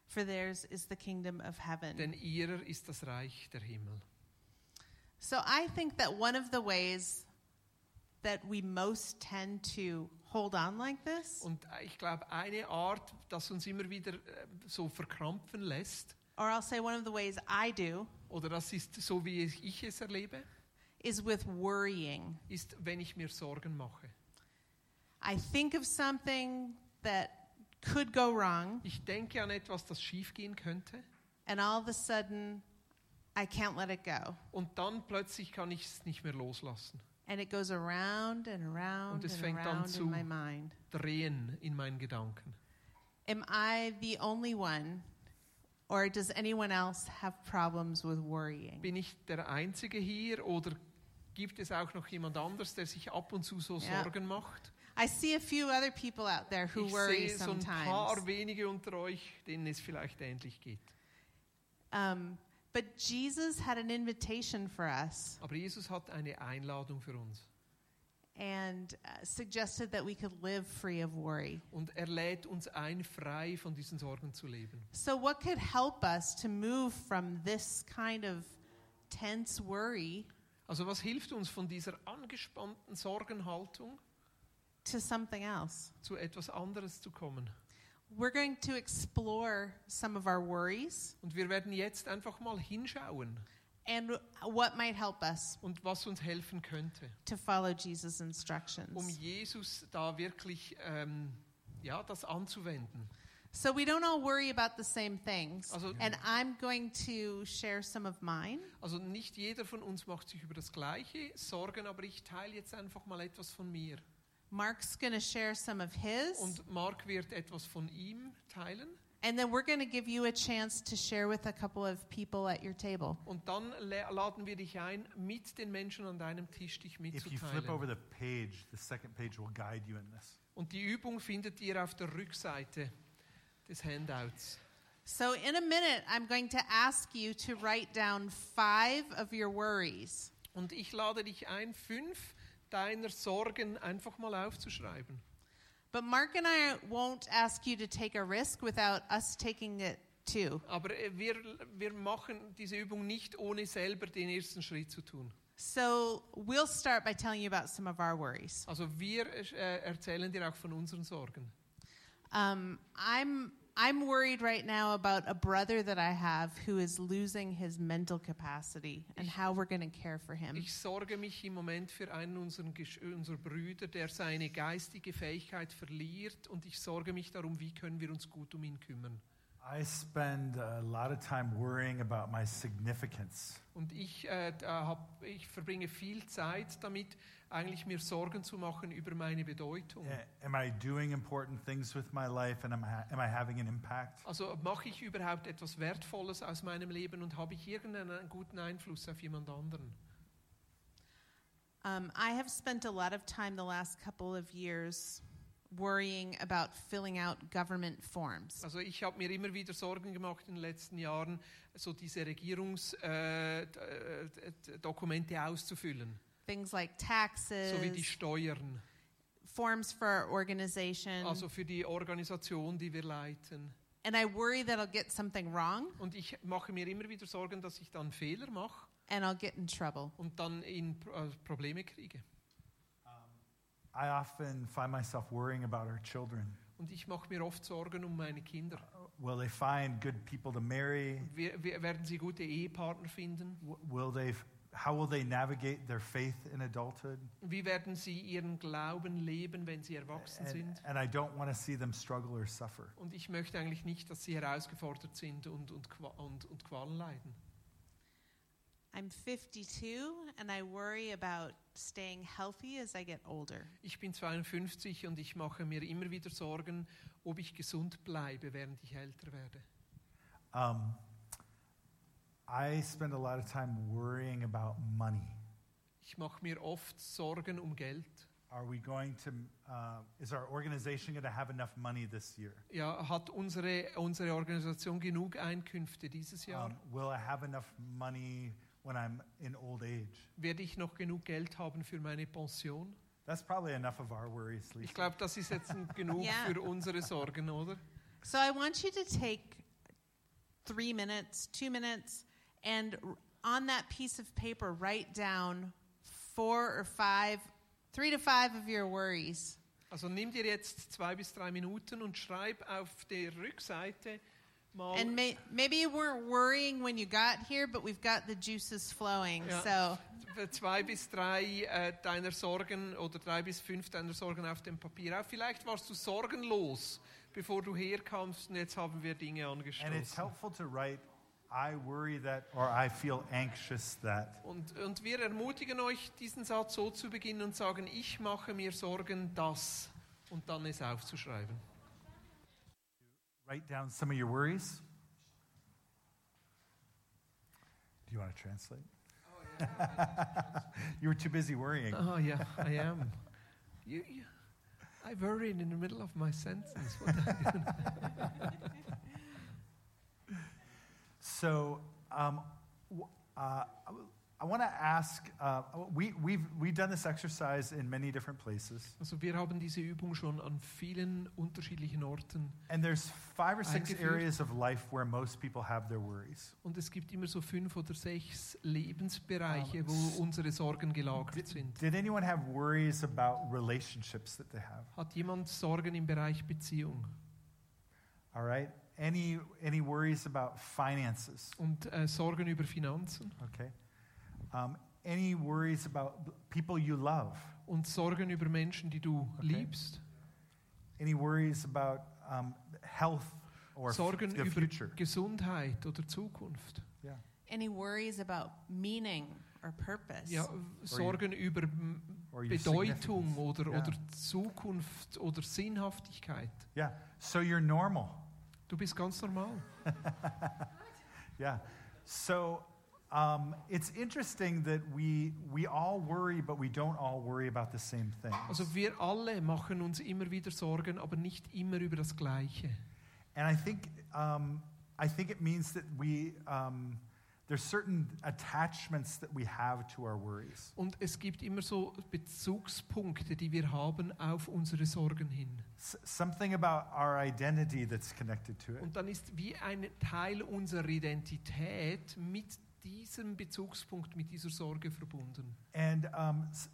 [SPEAKER 3] for theirs is the kingdom of heaven.
[SPEAKER 2] denn ihrer ist das Reich der Himmel.
[SPEAKER 3] so I think that one of the ways that we most tend to hold on like this,
[SPEAKER 2] Und ich glaube, eine Art, das uns immer wieder äh, so verkrampfen lässt,
[SPEAKER 3] or I'll say one of the ways I do,
[SPEAKER 2] oder das ist so, wie ich es erlebe,
[SPEAKER 3] is with worrying.
[SPEAKER 2] ist, wenn ich mir Sorgen mache.
[SPEAKER 3] I think of something that could go wrong,
[SPEAKER 2] Ich denke an etwas, das schiefgehen könnte
[SPEAKER 3] and all of a sudden, I can't let it go.
[SPEAKER 2] und dann plötzlich kann ich es nicht mehr loslassen.
[SPEAKER 3] And it goes around and around
[SPEAKER 2] Und es
[SPEAKER 3] and
[SPEAKER 2] fängt an
[SPEAKER 3] around
[SPEAKER 2] zu-
[SPEAKER 3] in my mind.
[SPEAKER 2] Drehen in meinen Gedanken.
[SPEAKER 3] Am I the only one, or does anyone else have problems with worrying?
[SPEAKER 2] Bin ich der Einzige hier oder gibt es auch noch jemand anders, der sich ab und zu so
[SPEAKER 3] Ja.
[SPEAKER 2] Sorgen macht?
[SPEAKER 3] I see a few other people out there who
[SPEAKER 2] ich
[SPEAKER 3] worry
[SPEAKER 2] sehe so ein paar
[SPEAKER 3] sometimes.
[SPEAKER 2] wenige unter euch, denen es vielleicht ähnlich geht.
[SPEAKER 3] Um, but Jesus had an invitation for us
[SPEAKER 2] Aber Jesus hat eine Einladung für uns
[SPEAKER 3] and uh, suggested that we could live free of worry.
[SPEAKER 2] und er lädt uns ein, frei von diesen Sorgen zu leben.
[SPEAKER 3] So, what could help us to move from this kind of tense worry
[SPEAKER 2] Also was hilft uns von dieser angespannten Sorgenhaltung
[SPEAKER 3] to something else?
[SPEAKER 2] zu etwas anderes zu kommen?
[SPEAKER 3] We're going to explore some of our worries
[SPEAKER 2] Und wir werden jetzt einfach mal hinschauen
[SPEAKER 3] and what might help us
[SPEAKER 2] und was uns helfen könnte,
[SPEAKER 3] to follow Jesus'
[SPEAKER 2] um
[SPEAKER 3] instructions.
[SPEAKER 2] Jesus da wirklich ähm, ja, das anzuwenden.
[SPEAKER 3] So, we don't all worry about the same things.
[SPEAKER 2] Also,
[SPEAKER 3] And I'm going to share some of mine.
[SPEAKER 2] also nicht jeder von uns macht sich über das Gleiche Sorgen, aber ich teile jetzt einfach mal etwas von mir.
[SPEAKER 3] Mark's going to share some of his.
[SPEAKER 2] Und Mark wird etwas von ihm teilen.
[SPEAKER 3] And then we're going to give you a chance to share with a couple of people at your table.
[SPEAKER 2] Und dann la- laden wir dich ein, mit den Menschen an deinem Tisch dich
[SPEAKER 1] If you flip
[SPEAKER 2] mitzuteilen.
[SPEAKER 1] over the page, the second page will guide you in this.
[SPEAKER 2] Und die Übung findet ihr auf der Rückseite des Handouts.
[SPEAKER 3] So, in a minute, I'm going to ask you to write down five of your worries.
[SPEAKER 2] Und ich lade dich ein, fünf deiner Sorgen einfach mal aufzuschreiben.
[SPEAKER 3] But Mark and I won't ask you to take a risk without us taking it too.
[SPEAKER 2] Aber äh, wir, wir machen diese Übung nicht, ohne selber den ersten Schritt zu tun.
[SPEAKER 3] So, we'll start by telling you about some of our worries.
[SPEAKER 2] Also wir äh, erzählen dir auch von unseren Sorgen.
[SPEAKER 3] Um, I'm, I'm worried right now about a brother that I have who is losing his mental capacity and how we're going to care for him.
[SPEAKER 2] Ich sorge mich im Moment für einen unseren Gesch- unserer Brüder, der seine geistige Fähigkeit verliert und ich sorge mich darum, wie können wir uns gut um ihn kümmern.
[SPEAKER 1] I spend a lot of time worrying about my significance.
[SPEAKER 2] Und ich, äh, da hab, ich verbringe viel Zeit damit, eigentlich mir Sorgen zu machen über meine Bedeutung.
[SPEAKER 1] A- Am I doing important things with my life and am I, am I having an impact?
[SPEAKER 2] Also mache ich überhaupt etwas Wertvolles aus meinem Leben und habe ich irgendeinen guten Einfluss auf jemand anderen?
[SPEAKER 3] Um, I have spent a lot of time the last couple of years worrying about filling out government forms.
[SPEAKER 2] Also ich habe mir immer wieder Sorgen gemacht in den letzten Jahren, so diese Regierungsdokumente äh, d- d- Dokumente auszufüllen,
[SPEAKER 3] Things like
[SPEAKER 2] so wie
[SPEAKER 3] taxes,
[SPEAKER 2] die Steuern,
[SPEAKER 3] forms for our organization.
[SPEAKER 2] also für die Organisation, die wir leiten.
[SPEAKER 3] and I worry that I'll get something wrong
[SPEAKER 2] Und ich mache mir immer wieder Sorgen, dass ich dann Fehler mache
[SPEAKER 3] and I'll get in trouble.
[SPEAKER 2] und dann in Pro- äh, Probleme kriege.
[SPEAKER 1] Um, I often find myself worrying about our children.
[SPEAKER 2] Und ich mache mir oft Sorgen um meine Kinder.
[SPEAKER 1] Will they find good people to marry?
[SPEAKER 2] Wir, wir, werden sie gute Ehepartner finden?
[SPEAKER 1] W- Will they, f- how will they navigate their faith in adulthood?
[SPEAKER 2] Wie werden sie ihren Glauben leben, wenn sie erwachsen
[SPEAKER 1] And,
[SPEAKER 2] sind?
[SPEAKER 1] and I don't want to see them struggle or suffer.
[SPEAKER 2] Und ich möchte eigentlich nicht, dass sie herausgefordert sind und, und, Qua- und, und Qualen leiden.
[SPEAKER 3] I'm 52 and I worry about staying healthy as I get older.
[SPEAKER 2] Ich bin 52 und ich mache mir immer wieder Sorgen, ob ich gesund bleibe, während ich älter werde.
[SPEAKER 1] Um, I spend a lot of time worrying about money.
[SPEAKER 2] Ich mache mir oft Sorgen um Geld.
[SPEAKER 1] Are we going to, uh, is our organization going to have enough money this year?
[SPEAKER 2] Ja, hat unsere, unsere Organisation genug Einkünfte dieses Jahr?
[SPEAKER 1] Um, will I have enough money when I'm in old age?
[SPEAKER 2] Werde ich noch genug Geld haben für meine Pension?
[SPEAKER 1] That's probably enough of our worries,
[SPEAKER 2] Ich
[SPEAKER 1] Lisa.
[SPEAKER 2] glaube, das ist jetzt genug
[SPEAKER 3] Ja.
[SPEAKER 2] für unsere Sorgen, oder?
[SPEAKER 3] So I want you to take three minutes, two minutes, and r- on that piece of paper, write down four or five, three to five of your worries.
[SPEAKER 2] Also nimm dir jetzt zwei bis drei Minuten und schreib auf der Rückseite mal.
[SPEAKER 3] And may, maybe you weren't worrying when you got here, but we've got the juices flowing.
[SPEAKER 2] Yeah.
[SPEAKER 3] So
[SPEAKER 2] äh, zwei bis drei äh, deiner Sorgen oder drei bis fünf deiner Sorgen auf dem Papier auf. Vielleicht warst du sorgenlos, bevor du herkamst und jetzt haben wir Dinge
[SPEAKER 1] And it's
[SPEAKER 2] angestoßen.
[SPEAKER 1] helpful to write, I worry that, or I feel anxious that.
[SPEAKER 2] Und, und wir ermutigen euch, diesen Satz so zu beginnen und sagen, ich mache mir Sorgen, das und dann es aufzuschreiben.
[SPEAKER 1] Write down some of your worries. Do you want to translate? you were too busy worrying.
[SPEAKER 2] Oh yeah, I am. You, you, I worried in the middle of my sentence. What
[SPEAKER 1] So um, w- uh, I want to ask. Uh, we, we've we've done this exercise in many different places,
[SPEAKER 2] Also wir haben diese Übung schon an vielen unterschiedlichen Orten
[SPEAKER 1] and there's five or six
[SPEAKER 2] Eingeführt.
[SPEAKER 1] areas of life where most people have their worries.
[SPEAKER 2] und es gibt immer so fünf oder sechs Lebensbereiche,
[SPEAKER 1] Ähm, s-
[SPEAKER 2] wo unsere Sorgen
[SPEAKER 1] Did,
[SPEAKER 2] gelagert sind.
[SPEAKER 1] did anyone have worries about relationships that they have?
[SPEAKER 2] Hat jemand Sorgen im Bereich Beziehung
[SPEAKER 1] All right. Any any worries about finances?
[SPEAKER 2] und äh, Sorgen über Finanzen
[SPEAKER 1] Okay. Um, any worries about b- people you love?
[SPEAKER 2] und Sorgen über Menschen, die du
[SPEAKER 1] Okay.
[SPEAKER 2] liebst?
[SPEAKER 1] Any worries about um, health or f-
[SPEAKER 2] Sorgen
[SPEAKER 1] the
[SPEAKER 2] über
[SPEAKER 1] future?
[SPEAKER 2] Gesundheit oder Zukunft?
[SPEAKER 1] Yeah.
[SPEAKER 3] Any worries about meaning or purpose?
[SPEAKER 2] Ja, Sorgen über m,
[SPEAKER 1] Or your
[SPEAKER 2] Bedeutung
[SPEAKER 1] significance.
[SPEAKER 2] oder,
[SPEAKER 1] Ja.
[SPEAKER 2] oder Zukunft oder Sinnhaftigkeit.
[SPEAKER 1] Yeah. So you're normal.
[SPEAKER 2] Du bist ganz normal.
[SPEAKER 1] Yeah. So um, it's interesting that we we all worry, but we don't all worry about the same thing.
[SPEAKER 2] Also wir alle machen uns immer wieder Sorgen, aber nicht immer über das Gleiche.
[SPEAKER 1] And I think um, I think it means that we um, there's certain attachments that we have to our worries.
[SPEAKER 2] Und es gibt immer so Bezugspunkte, die wir haben auf unsere Sorgen hin.
[SPEAKER 1] S- something about our identity that's connected to it.
[SPEAKER 2] Und dann ist wie ein Teil unserer Identität mit diesem Bezugspunkt, mit dieser Sorge verbunden.
[SPEAKER 1] And um, s-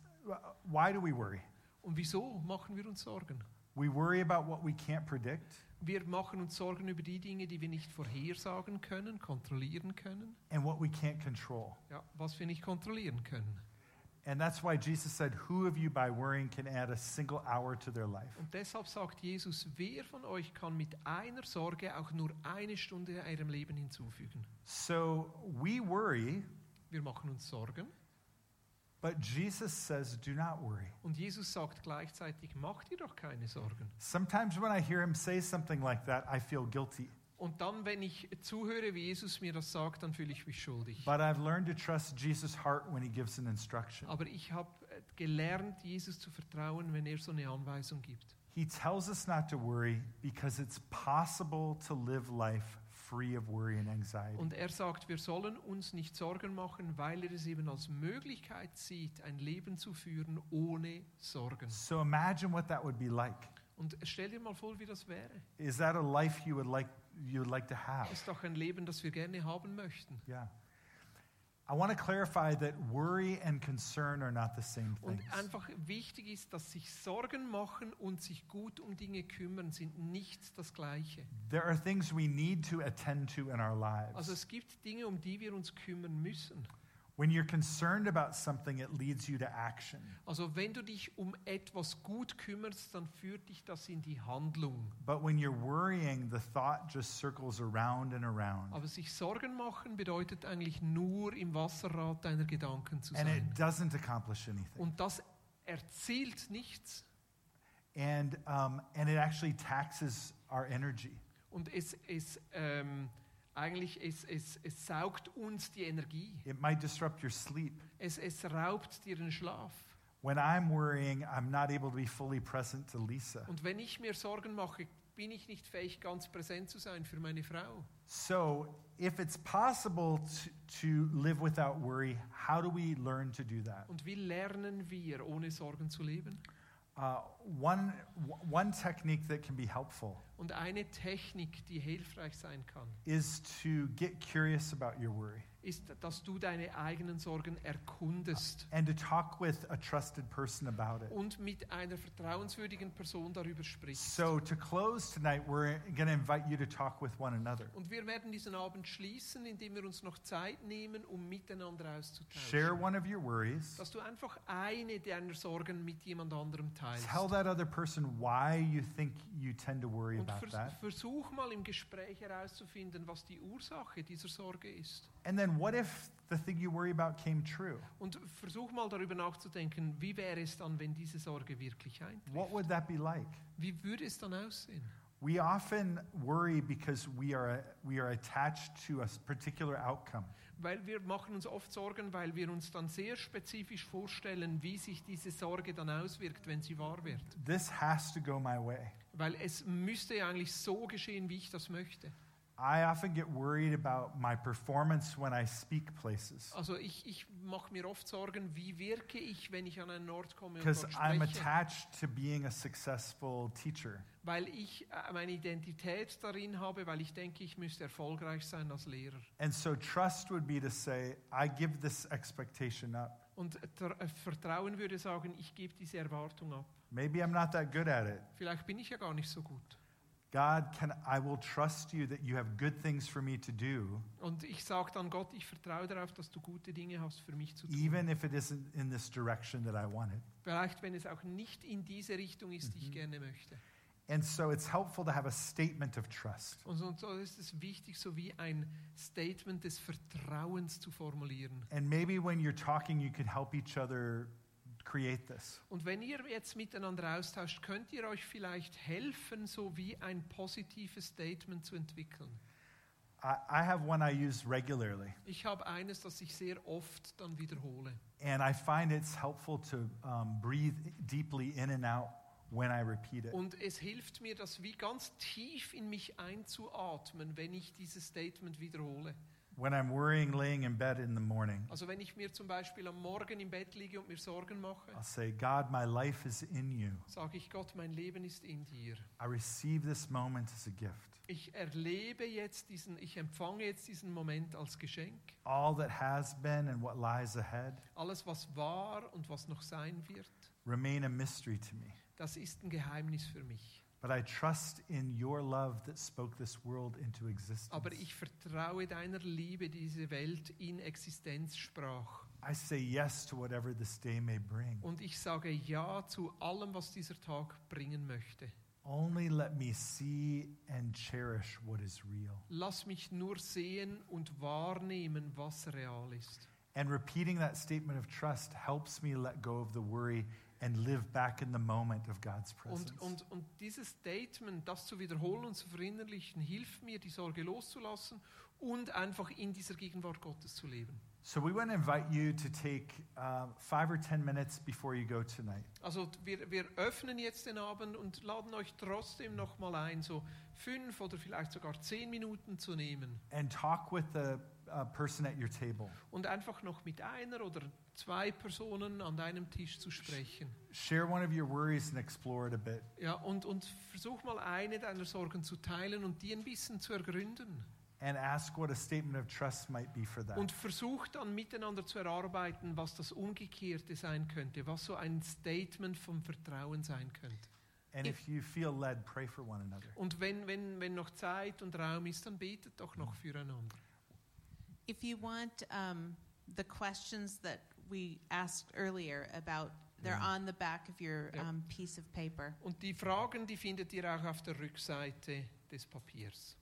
[SPEAKER 1] why do we worry?
[SPEAKER 2] Und wieso machen wir uns Sorgen?
[SPEAKER 1] We worry about what we can't predict,
[SPEAKER 2] Wir machen uns Sorgen über die Dinge, die wir nicht vorhersagen können, kontrollieren können,
[SPEAKER 1] and what we can't control.
[SPEAKER 2] ja, was wir nicht kontrollieren können.
[SPEAKER 1] And that's why Jesus said, Who of you by worrying can add a single hour to their life?
[SPEAKER 2] Und deshalb sagt Jesus, wer von euch kann mit einer Sorge auch nur eine Stunde eurem Leben hinzufügen?
[SPEAKER 1] So we worry,
[SPEAKER 2] Wir machen uns Sorgen
[SPEAKER 1] but Jesus says, Do not worry.
[SPEAKER 2] und Jesus sagt gleichzeitig, macht ihr doch keine Sorgen.
[SPEAKER 1] Sometimes when I hear him say something like that, I feel guilty.
[SPEAKER 2] Und dann, wenn ich zuhöre, wie Jesus mir das sagt, dann fühle ich mich schuldig.
[SPEAKER 1] But I've learned to trust Jesus' heart when he gives an instruction.
[SPEAKER 2] Aber ich habe äh, gelernt, Jesus zu vertrauen, wenn er so eine Anweisung gibt.
[SPEAKER 1] He tells us not to worry because it's possible to live life free of worry and anxiety.
[SPEAKER 2] Und er sagt, wir sollen uns nicht Sorgen machen, weil er es eben als Möglichkeit sieht, ein Leben zu führen ohne Sorgen.
[SPEAKER 1] So imagine what that would be like.
[SPEAKER 2] Und stell dir mal vor, wie das wäre.
[SPEAKER 1] Is that a life you would like you would like to have?
[SPEAKER 2] Ist doch ein Leben, das wir gerne haben möchten.
[SPEAKER 1] Yeah. I want to clarify that worry and concern are not the same
[SPEAKER 2] Und
[SPEAKER 1] things.
[SPEAKER 2] einfach wichtig ist, dass sich Sorgen machen und sich gut um Dinge kümmern, sind nicht das Gleiche.
[SPEAKER 1] There are things we need to attend to in
[SPEAKER 2] Also
[SPEAKER 1] our lives.
[SPEAKER 2] es gibt Dinge, um die wir uns kümmern müssen.
[SPEAKER 1] When you're concerned about something, it leads you to action.
[SPEAKER 2] Also wenn du dich um etwas gut kümmerst, dann führt dich das in die Handlung.
[SPEAKER 1] But when you're worrying, the thought just circles around and around.
[SPEAKER 2] Aber sich Sorgen machen bedeutet eigentlich nur im Wasserrad deiner Gedanken zu
[SPEAKER 1] And it
[SPEAKER 2] sein.
[SPEAKER 1] doesn't accomplish anything.
[SPEAKER 2] Und das erzielt nichts
[SPEAKER 1] And, um, and it actually taxes our energy.
[SPEAKER 2] und es, es ähm, eigentlich es, es, es saugt uns die Energie.
[SPEAKER 1] It might disrupt your sleep.
[SPEAKER 2] Es, es raubt dir den Schlaf.
[SPEAKER 1] When I'm worrying, I'm not able to be fully present to Lisa.
[SPEAKER 2] Und wenn ich mir Sorgen mache, bin ich nicht fähig, ganz präsent zu sein für meine Frau.
[SPEAKER 1] So, if it's possible to, to live without worry, how do we learn to do that?
[SPEAKER 2] Und wie lernen wir, ohne Sorgen zu leben?
[SPEAKER 1] Uh, one, w- one technique that can be helpful
[SPEAKER 2] Und eine Technik, die hilfreich sein kann,
[SPEAKER 1] is to get curious about your worry.
[SPEAKER 2] ist, dass du deine eigenen Sorgen erkundest
[SPEAKER 1] and to talk with a trusted person about it.
[SPEAKER 2] und mit einer vertrauenswürdigen Person darüber sprichst.
[SPEAKER 1] So, to close tonight, we're going to invite you to talk with one another.
[SPEAKER 2] Und wir werden diesen Abend schließen, indem wir uns noch Zeit nehmen, um miteinander auszutauschen.
[SPEAKER 1] Share one of your worries.
[SPEAKER 2] Dass du einfach eine deiner Sorgen mit jemand anderem teilst.
[SPEAKER 1] Tell that other person why you think you tend to worry
[SPEAKER 2] Und
[SPEAKER 1] about
[SPEAKER 2] vers
[SPEAKER 1] that.
[SPEAKER 2] versuch mal im Gespräch herauszufinden, was die Ursache dieser Sorge ist.
[SPEAKER 1] And then, what if the thing you worry about came true?
[SPEAKER 2] Und versuch mal darüber nachzudenken, wie wäre es dann, wenn diese Sorge wirklich eintritt?
[SPEAKER 1] What would that be like?
[SPEAKER 2] Wie würde es dann aussehen?
[SPEAKER 1] We often worry because we are, we are attached to a s- particular outcome.
[SPEAKER 2] Weil wir machen uns oft Sorgen, weil wir uns dann sehr spezifisch vorstellen, wie sich diese Sorge dann auswirkt, wenn sie wahr wird.
[SPEAKER 1] This has to go my way.
[SPEAKER 2] Weil es müsste ja eigentlich so geschehen, wie ich das möchte.
[SPEAKER 1] I often get worried about my performance when I speak places
[SPEAKER 2] Also ich, ich mache mir oft Sorgen, wie wirke ich, wenn ich an einen Ort komme und
[SPEAKER 1] because
[SPEAKER 2] dort
[SPEAKER 1] I'm
[SPEAKER 2] spreche.
[SPEAKER 1] attached to being a successful teacher.
[SPEAKER 2] Weil ich äh, meine Identität darin habe, weil ich denke, ich müsste erfolgreich sein als Lehrer.
[SPEAKER 1] And so, trust would be to say, I give this expectation up.
[SPEAKER 2] Und Tr- äh, Vertrauen würde sagen, ich gebe diese Erwartung ab.
[SPEAKER 1] Maybe I'm not that good at it.
[SPEAKER 2] Vielleicht bin ich ja gar nicht so gut.
[SPEAKER 1] God, can I will trust you that you have good things for me to do,
[SPEAKER 2] Und ich sage dann Gott, ich vertraue darauf, dass du gute Dinge hast für mich zu tun.
[SPEAKER 1] even if it isn't in this direction that I wanted.
[SPEAKER 2] Vielleicht, wenn es auch nicht in diese Richtung ist, die ich gerne möchte.
[SPEAKER 1] And so it's helpful to have a statement of trust.
[SPEAKER 2] Und so- und so ist es wichtig, so wie ein Statement des Vertrauens zu formulieren.
[SPEAKER 1] And maybe when you're talking, you could help each other create this.
[SPEAKER 2] Und wenn ihr jetzt miteinander austauscht, könnt ihr euch vielleicht helfen, so wie ein positives Statement zu entwickeln.
[SPEAKER 1] I, I have one I use regularly,
[SPEAKER 2] Ich habe eines, das ich sehr oft dann wiederhole.
[SPEAKER 1] and I find it's helpful to um, breathe deeply in and out when I repeat it.
[SPEAKER 2] Und es hilft mir, das wie ganz tief in mich einzuatmen, wenn ich dieses Statement wiederhole.
[SPEAKER 1] When I'm worrying, laying in bed in the morning,
[SPEAKER 2] Also wenn ich mir zum Beispiel am Morgen im Bett liege und mir Sorgen mache,
[SPEAKER 1] I'll say, God, my life is in you.
[SPEAKER 2] sage ich Gott, mein Leben ist in dir.
[SPEAKER 1] I receive this moment as a gift.
[SPEAKER 2] Ich erlebe jetzt diesen, ich empfange jetzt diesen Moment als Geschenk.
[SPEAKER 1] all that has been and what lies ahead
[SPEAKER 2] Alles, was war und was noch sein wird,
[SPEAKER 1] remain a mystery to me.
[SPEAKER 2] das ist ein Geheimnis für mich.
[SPEAKER 1] But I trust in your love that spoke this world into existence.
[SPEAKER 2] Aber ich vertraue deiner Liebe, die diese Welt in Existenz sprach.
[SPEAKER 1] I say yes to whatever this day may bring.
[SPEAKER 2] Und ich sage Ja zu allem, was dieser Tag bringen möchte.
[SPEAKER 1] Only let me see and cherish what is real.
[SPEAKER 2] Lass mich nur sehen und wahrnehmen, was real ist.
[SPEAKER 1] And repeating that statement of trust helps me let go of the worry and live back in the moment of God's presence.
[SPEAKER 2] Und, und, und dieses Statement, das zu wiederholen und zu verinnerlichen, hilft mir, die Sorge loszulassen und einfach in dieser Gegenwart Gottes zu leben.
[SPEAKER 1] so we want to invite you to take uh, five or ten minutes before you go tonight.
[SPEAKER 2] Also wir, wir öffnen jetzt den Abend und laden euch trotzdem nochmal ein, so fünf oder vielleicht sogar zehn Minuten zu nehmen
[SPEAKER 1] and talk with the uh, person at your table.
[SPEAKER 2] und einfach noch mit einer oder zwei Personen an deinem Tisch zu sprechen.
[SPEAKER 1] Share one of your worries and explore it a bit.
[SPEAKER 2] Ja, und, und versuch mal eine deiner Sorgen zu teilen und die ein bisschen zu ergründen.
[SPEAKER 1] And ask what a statement of trust might be for that.
[SPEAKER 2] Und versuch dann miteinander zu erarbeiten, was das Umgekehrte sein könnte, was so ein Statement vom Vertrauen sein könnte.
[SPEAKER 1] And if you feel led, pray for one another.
[SPEAKER 2] Und wenn, wenn, wenn noch Zeit und Raum ist, dann betet doch noch füreinander.
[SPEAKER 3] If you want um, the questions that we asked earlier about, they're
[SPEAKER 1] Yeah.
[SPEAKER 3] on the back of your
[SPEAKER 2] Yep.
[SPEAKER 3] um, piece of paper.
[SPEAKER 2] Und die Fragen, die findet ihr auch auf der Rückseite des Papiers.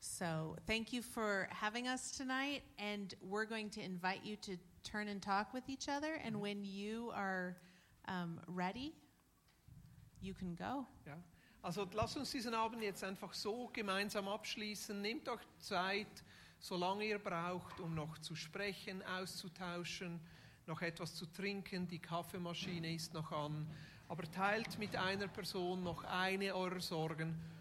[SPEAKER 3] So, thank you for having us tonight, and we're going to invite you to turn and talk with each other. And when you are um, ready, you can go.
[SPEAKER 2] Ja? Also lasst uns diesen Abend jetzt einfach so gemeinsam abschließen. Nehmt euch Zeit, solange ihr braucht, um noch zu sprechen, auszutauschen, noch etwas zu trinken. Die Kaffeemaschine ist noch an. Aber teilt mit einer Person noch eine eurer Sorgen